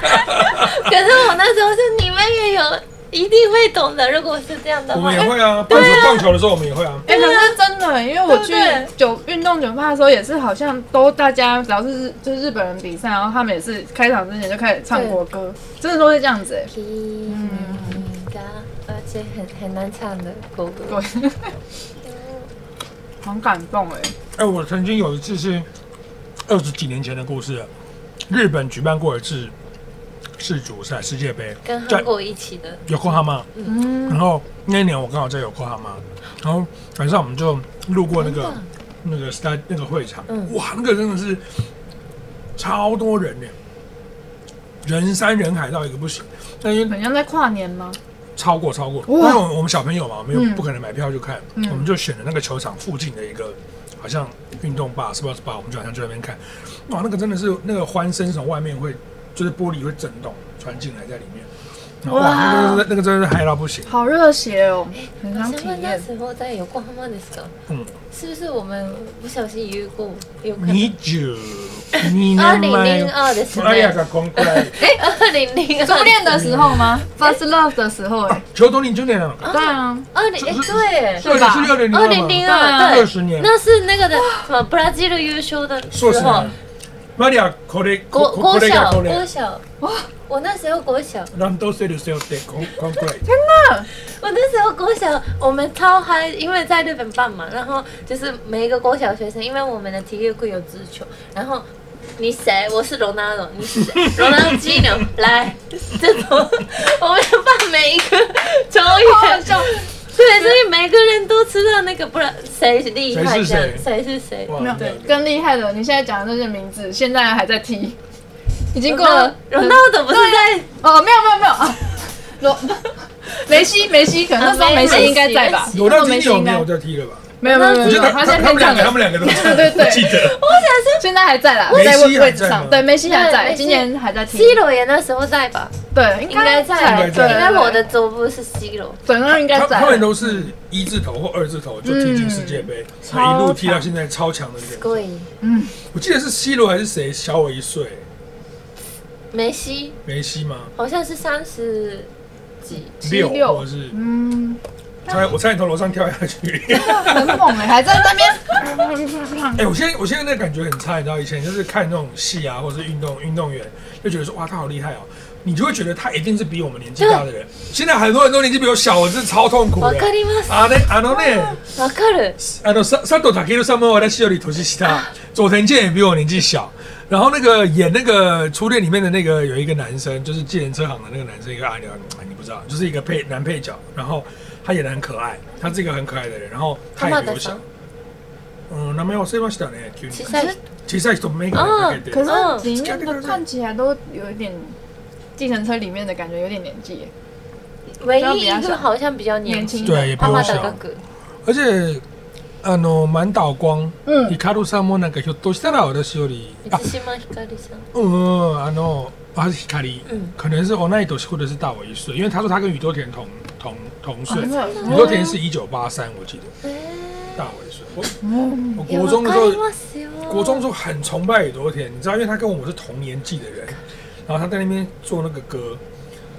Speaker 2: 可是我那时候是你们也有一定会懂的，如果是这样的
Speaker 1: 我
Speaker 2: 话
Speaker 1: 们也，会啊，棒球棒球的时候我们也会啊，
Speaker 3: 哎、可是真的，因为我去
Speaker 2: 对不
Speaker 3: 酒运动酒吧的时候，也是好像都大家只要是日就是日本人比赛，然后他们也是开场之前就开始唱国歌，真的都是这样子哎、
Speaker 2: 皮嘎，而且很很难唱的狗狗。
Speaker 3: 对，很感动哎、
Speaker 1: 哎，我曾经有一次是二十几年前的故事了，日本举办过一次世足赛世界杯，
Speaker 2: 跟
Speaker 1: 在
Speaker 2: 韩国一起的，
Speaker 1: 有空哈吗？
Speaker 3: 嗯
Speaker 1: 然后那一年我刚好在有空哈吗？然后晚上我们就路过那个那个 stad 那个会场，
Speaker 2: 嗯
Speaker 1: 哇，那个真的是超多人呢，人山人海到一个不行。那因为
Speaker 3: 很像在跨年吗？
Speaker 1: 超过超过，因
Speaker 3: 哇
Speaker 1: 为我们我们小朋友嘛，我们又
Speaker 3: 嗯
Speaker 1: 不可能买票去看，
Speaker 3: 嗯
Speaker 1: 我们就选了那个球场附近的一个好像运动吧 sports bar，我们就好像就在那边看，哇，那个真的是那个欢声从外面会就是玻璃会震动传进来在里面，然后哇，
Speaker 3: 哇
Speaker 1: 那个那个真的是嗨到不行，
Speaker 3: 好热血哦、很
Speaker 2: 我
Speaker 3: 想
Speaker 2: 想
Speaker 3: 体
Speaker 2: 问那
Speaker 3: 验。
Speaker 2: 时候在有过他们的时候，
Speaker 1: 嗯，
Speaker 2: 是不是我们不小心也遇过？有可
Speaker 1: 你
Speaker 2: 能。
Speaker 1: 就你
Speaker 2: 二零零二的时候，
Speaker 1: 哎呀个公开，
Speaker 2: 二零零二
Speaker 3: 初恋的时候吗？First love 的时候哎、
Speaker 1: 球都零九年了，
Speaker 3: 对啊，
Speaker 2: 二零哎对，
Speaker 1: 对
Speaker 3: 吧
Speaker 1: 是六零零
Speaker 2: 二零零二
Speaker 1: 二
Speaker 2: 对，
Speaker 1: 十年，
Speaker 2: 那是那个的什么布拉吉的优秀的时
Speaker 1: 硕士
Speaker 2: 候
Speaker 1: 年，，玛利亚考的
Speaker 2: 国国小国小，我那时候国小，
Speaker 1: 让都谁的谁的公公开。
Speaker 2: 我那时候国小我们超嗨，因为在日本办嘛，然后就是每一个国小学生，因为我们的体育课有足球，然后。你谁？我是罗纳罗，你是 (laughs) 谁？罗纳基纽，来，这种我们要办每一个球员， (laughs) 对，所以每个人都知道那个不然谁厉害
Speaker 1: 谁是
Speaker 2: 这样
Speaker 1: 谁，
Speaker 2: 谁是谁。
Speaker 1: 哇
Speaker 3: 没有
Speaker 1: 对
Speaker 3: 更厉害的，你现在讲的这些名字，现在还在踢，已经过了
Speaker 2: 荣道的不是在
Speaker 3: 哦，没有没有没有啊，罗梅西梅西，可能那时候梅西应该在吧？
Speaker 1: 有
Speaker 3: 那
Speaker 1: 到
Speaker 3: 时候
Speaker 1: 今
Speaker 3: 梅
Speaker 1: 天
Speaker 3: 西
Speaker 1: 有
Speaker 3: 应
Speaker 1: 没
Speaker 3: 该
Speaker 1: 有在踢了吧？
Speaker 3: 没有没有没有
Speaker 1: 我
Speaker 3: 没
Speaker 1: 觉
Speaker 3: 有，
Speaker 1: 得
Speaker 3: 他
Speaker 1: 他
Speaker 3: 现在
Speaker 1: 们
Speaker 3: 变
Speaker 1: 两
Speaker 3: 胖
Speaker 1: 个，他们
Speaker 3: 了，
Speaker 1: 两个都在
Speaker 3: 对对
Speaker 1: 我记得。
Speaker 3: 现在还在啦，
Speaker 1: 梅西
Speaker 3: 在位
Speaker 1: 还
Speaker 3: 位
Speaker 1: 在
Speaker 3: 置
Speaker 1: 吗
Speaker 3: 上，对梅西还
Speaker 2: 对
Speaker 3: 在，
Speaker 2: 梅西
Speaker 3: 今年还在踢
Speaker 2: C，罗也那时候在吧？
Speaker 3: 对，
Speaker 2: 应该在，
Speaker 1: 应该在
Speaker 2: 应
Speaker 3: 对，
Speaker 2: 该我的桌布是 C 罗。
Speaker 3: 整个人应该
Speaker 1: 他
Speaker 3: 在
Speaker 1: 他，们都是一字头或二字头就踢进世界杯，然后一路踢到现在超强的人。
Speaker 2: 对，
Speaker 3: 嗯，
Speaker 1: 我记得是 C 罗还是谁小我一岁，
Speaker 2: 梅西
Speaker 1: 梅西吗？
Speaker 2: 好像是三十几，
Speaker 1: 六
Speaker 3: 六
Speaker 1: 或者是
Speaker 3: 嗯，
Speaker 1: 差我差点从楼上跳下去。
Speaker 3: 很猛哎，还在那边，
Speaker 1: (laughs) 哎，我现在我现在那感觉很差，你知道，以前就是看那种戏啊，或者是运动运动员，就觉得说哇他好厉害哦，你就会觉得他一定是比我们年纪大的人。现在很多人都年纪比我小，我真的超痛苦
Speaker 2: わ
Speaker 1: 的
Speaker 2: か。ります。
Speaker 1: あれあのね。
Speaker 2: わかる。
Speaker 1: あのさ佐藤健さんも私より年下，佐藤健也比我年纪小。然后那个演那个《初恋》里面的那个有一个男生，就是计程车行的那个男生，一个阿良，哎你不知道，就是一个配男配角。然后他演的很可爱，他是一个很可爱的人。然后他也比我小
Speaker 2: 浜。
Speaker 1: 嗯，名前忘れましたね。急に
Speaker 2: 小さい。
Speaker 1: 小さい人メガネかけて
Speaker 3: 可
Speaker 1: る。
Speaker 3: 是里面的看起来都有一点，计程车里面的感觉有点年纪耶，
Speaker 2: 唯一一个好像比较年轻
Speaker 1: 对，也
Speaker 2: 的，
Speaker 1: 比
Speaker 2: 妈
Speaker 1: 我
Speaker 2: 妈打
Speaker 1: 小
Speaker 2: 个。嗝。
Speaker 1: 而且，あの満島光、
Speaker 3: 嗯
Speaker 1: ヒカルさんもなんかひょっとしたら私より、あ
Speaker 2: 満島ひかりさん。
Speaker 1: 嗯，然后阿是卡里，
Speaker 2: 嗯
Speaker 1: 可能是哦 o n a i d 或者是大我一岁，因为他说他跟宇多田同同同岁，
Speaker 3: 嗯
Speaker 1: 宇多田是一九八三，我记得
Speaker 2: え
Speaker 1: 大我一岁。我
Speaker 3: 嗯
Speaker 1: 我
Speaker 2: ー
Speaker 1: 国中的时
Speaker 2: わかり
Speaker 1: 候，
Speaker 2: ますよ
Speaker 1: 国中的时候很崇拜宇多田，你知道，因为他跟我们是同年纪的人，然后他在那边做那个歌，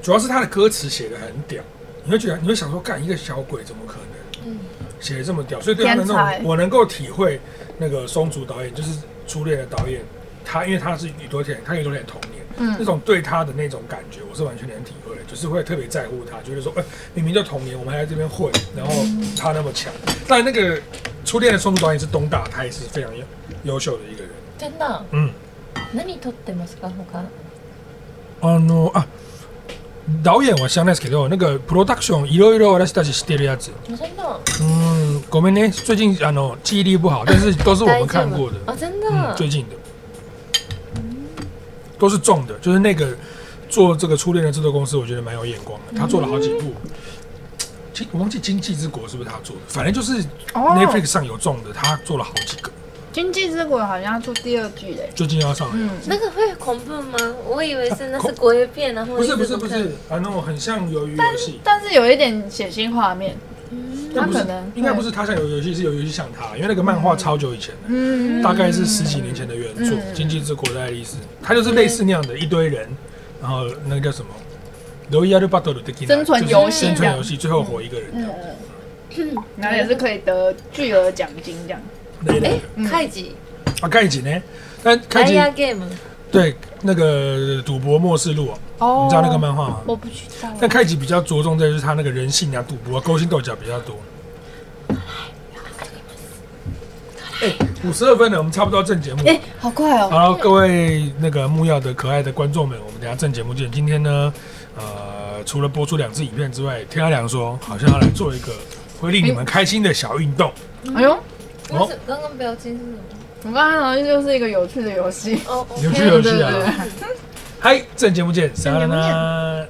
Speaker 1: 主要是他的歌词写的很屌，你会觉得你会想说，干一个小鬼怎么可能
Speaker 2: 嗯
Speaker 1: 写的这么屌？所以对他的那
Speaker 3: 天才
Speaker 1: 种，我能够体会那个松竹导演，就是初恋的导演，他因为他是宇多田，他跟宇多田同年。那
Speaker 3: 嗯，
Speaker 1: 种对他的那种感觉，我是完全能体会的，就是会特别在乎他，觉得说，哎、明明就同年，我们还在这边混，然后他那么强。但那个初恋的松竹导演是东大，他也是非常优优秀的一个人。
Speaker 2: 真的。
Speaker 1: 嗯，
Speaker 2: 何撮ってますか他？
Speaker 1: あのあ、导演は知らないですけど、那个プロダクションいろいろ私たち知ってるやつ。
Speaker 2: 真的。
Speaker 1: 嗯，ごめんね，最近あの记忆力不好，但是都是我们看过的。
Speaker 2: 啊，真
Speaker 1: 嗯
Speaker 2: 的，。
Speaker 1: 最近的，都是重的，就是那个做这个初恋的制作公司，我觉得蛮有眼光的，他做了好几部。经我忘记《经济之国》是不是他做的，反正就是
Speaker 3: 哦
Speaker 1: Netflix 上有中的，他做了好几个，
Speaker 3: 经济之国好像要出第二季嘞，
Speaker 1: 最近要上映。
Speaker 3: 嗯，
Speaker 2: 那个会恐怖吗？我以为是那是国语片，然后
Speaker 1: 不是
Speaker 2: 一
Speaker 1: 不
Speaker 2: 直
Speaker 1: 是不
Speaker 2: 看
Speaker 1: 是，啊，那种很像鱿鱼游戏，
Speaker 3: 但是有一点血腥画面，
Speaker 1: 但
Speaker 3: 他
Speaker 1: 不是
Speaker 3: 可能
Speaker 1: 应该不是他像鱿鱼游戏，是鱿鱼游戏像他，因为那个漫画超久以前的，
Speaker 3: 嗯
Speaker 1: 大概是十几年前的原作《
Speaker 3: 嗯
Speaker 1: 经济之国》的爱丽丝，它就是类似那样的一堆人，然后那个叫什么《Royal Battle》的
Speaker 3: 生存游戏
Speaker 1: 生
Speaker 3: 这
Speaker 1: 存
Speaker 3: 样
Speaker 1: 游戏最后活一个人这样子，
Speaker 3: 嗯，然后也是可以得巨额奖金这样，
Speaker 1: 那一类的。
Speaker 3: 嗯
Speaker 2: 开机，
Speaker 1: 啊，开启呢？但开
Speaker 2: 哎
Speaker 1: 启
Speaker 2: 呀 game，
Speaker 1: 对那个赌博末世录，啊
Speaker 3: 哦
Speaker 1: 你知道那个？漫画吗？
Speaker 3: 我不知道，
Speaker 1: 但开启比较着重
Speaker 3: 哎
Speaker 1: 在就是他那个人性啊、赌博、勾心斗角比较多。五十二分了，我们差不多要正节目。
Speaker 3: 哎、好快哦！
Speaker 1: 好，各位那个木曜的可爱的观众们，我们等一下正节目见。今天呢，呃，除了播出两支影片之外，天阿良说好像要来做一个会令你们开心的小运动。
Speaker 3: 哎呦，
Speaker 1: 哦
Speaker 2: 那是刚刚表情是什么？
Speaker 3: 我刚刚好像就是一个有趣的游戏。
Speaker 2: 哦，
Speaker 1: (laughs) 有趣游
Speaker 3: (laughs) 对
Speaker 1: 戏啊
Speaker 3: 对
Speaker 1: 啊！嗨，正节目见，撒啦啦。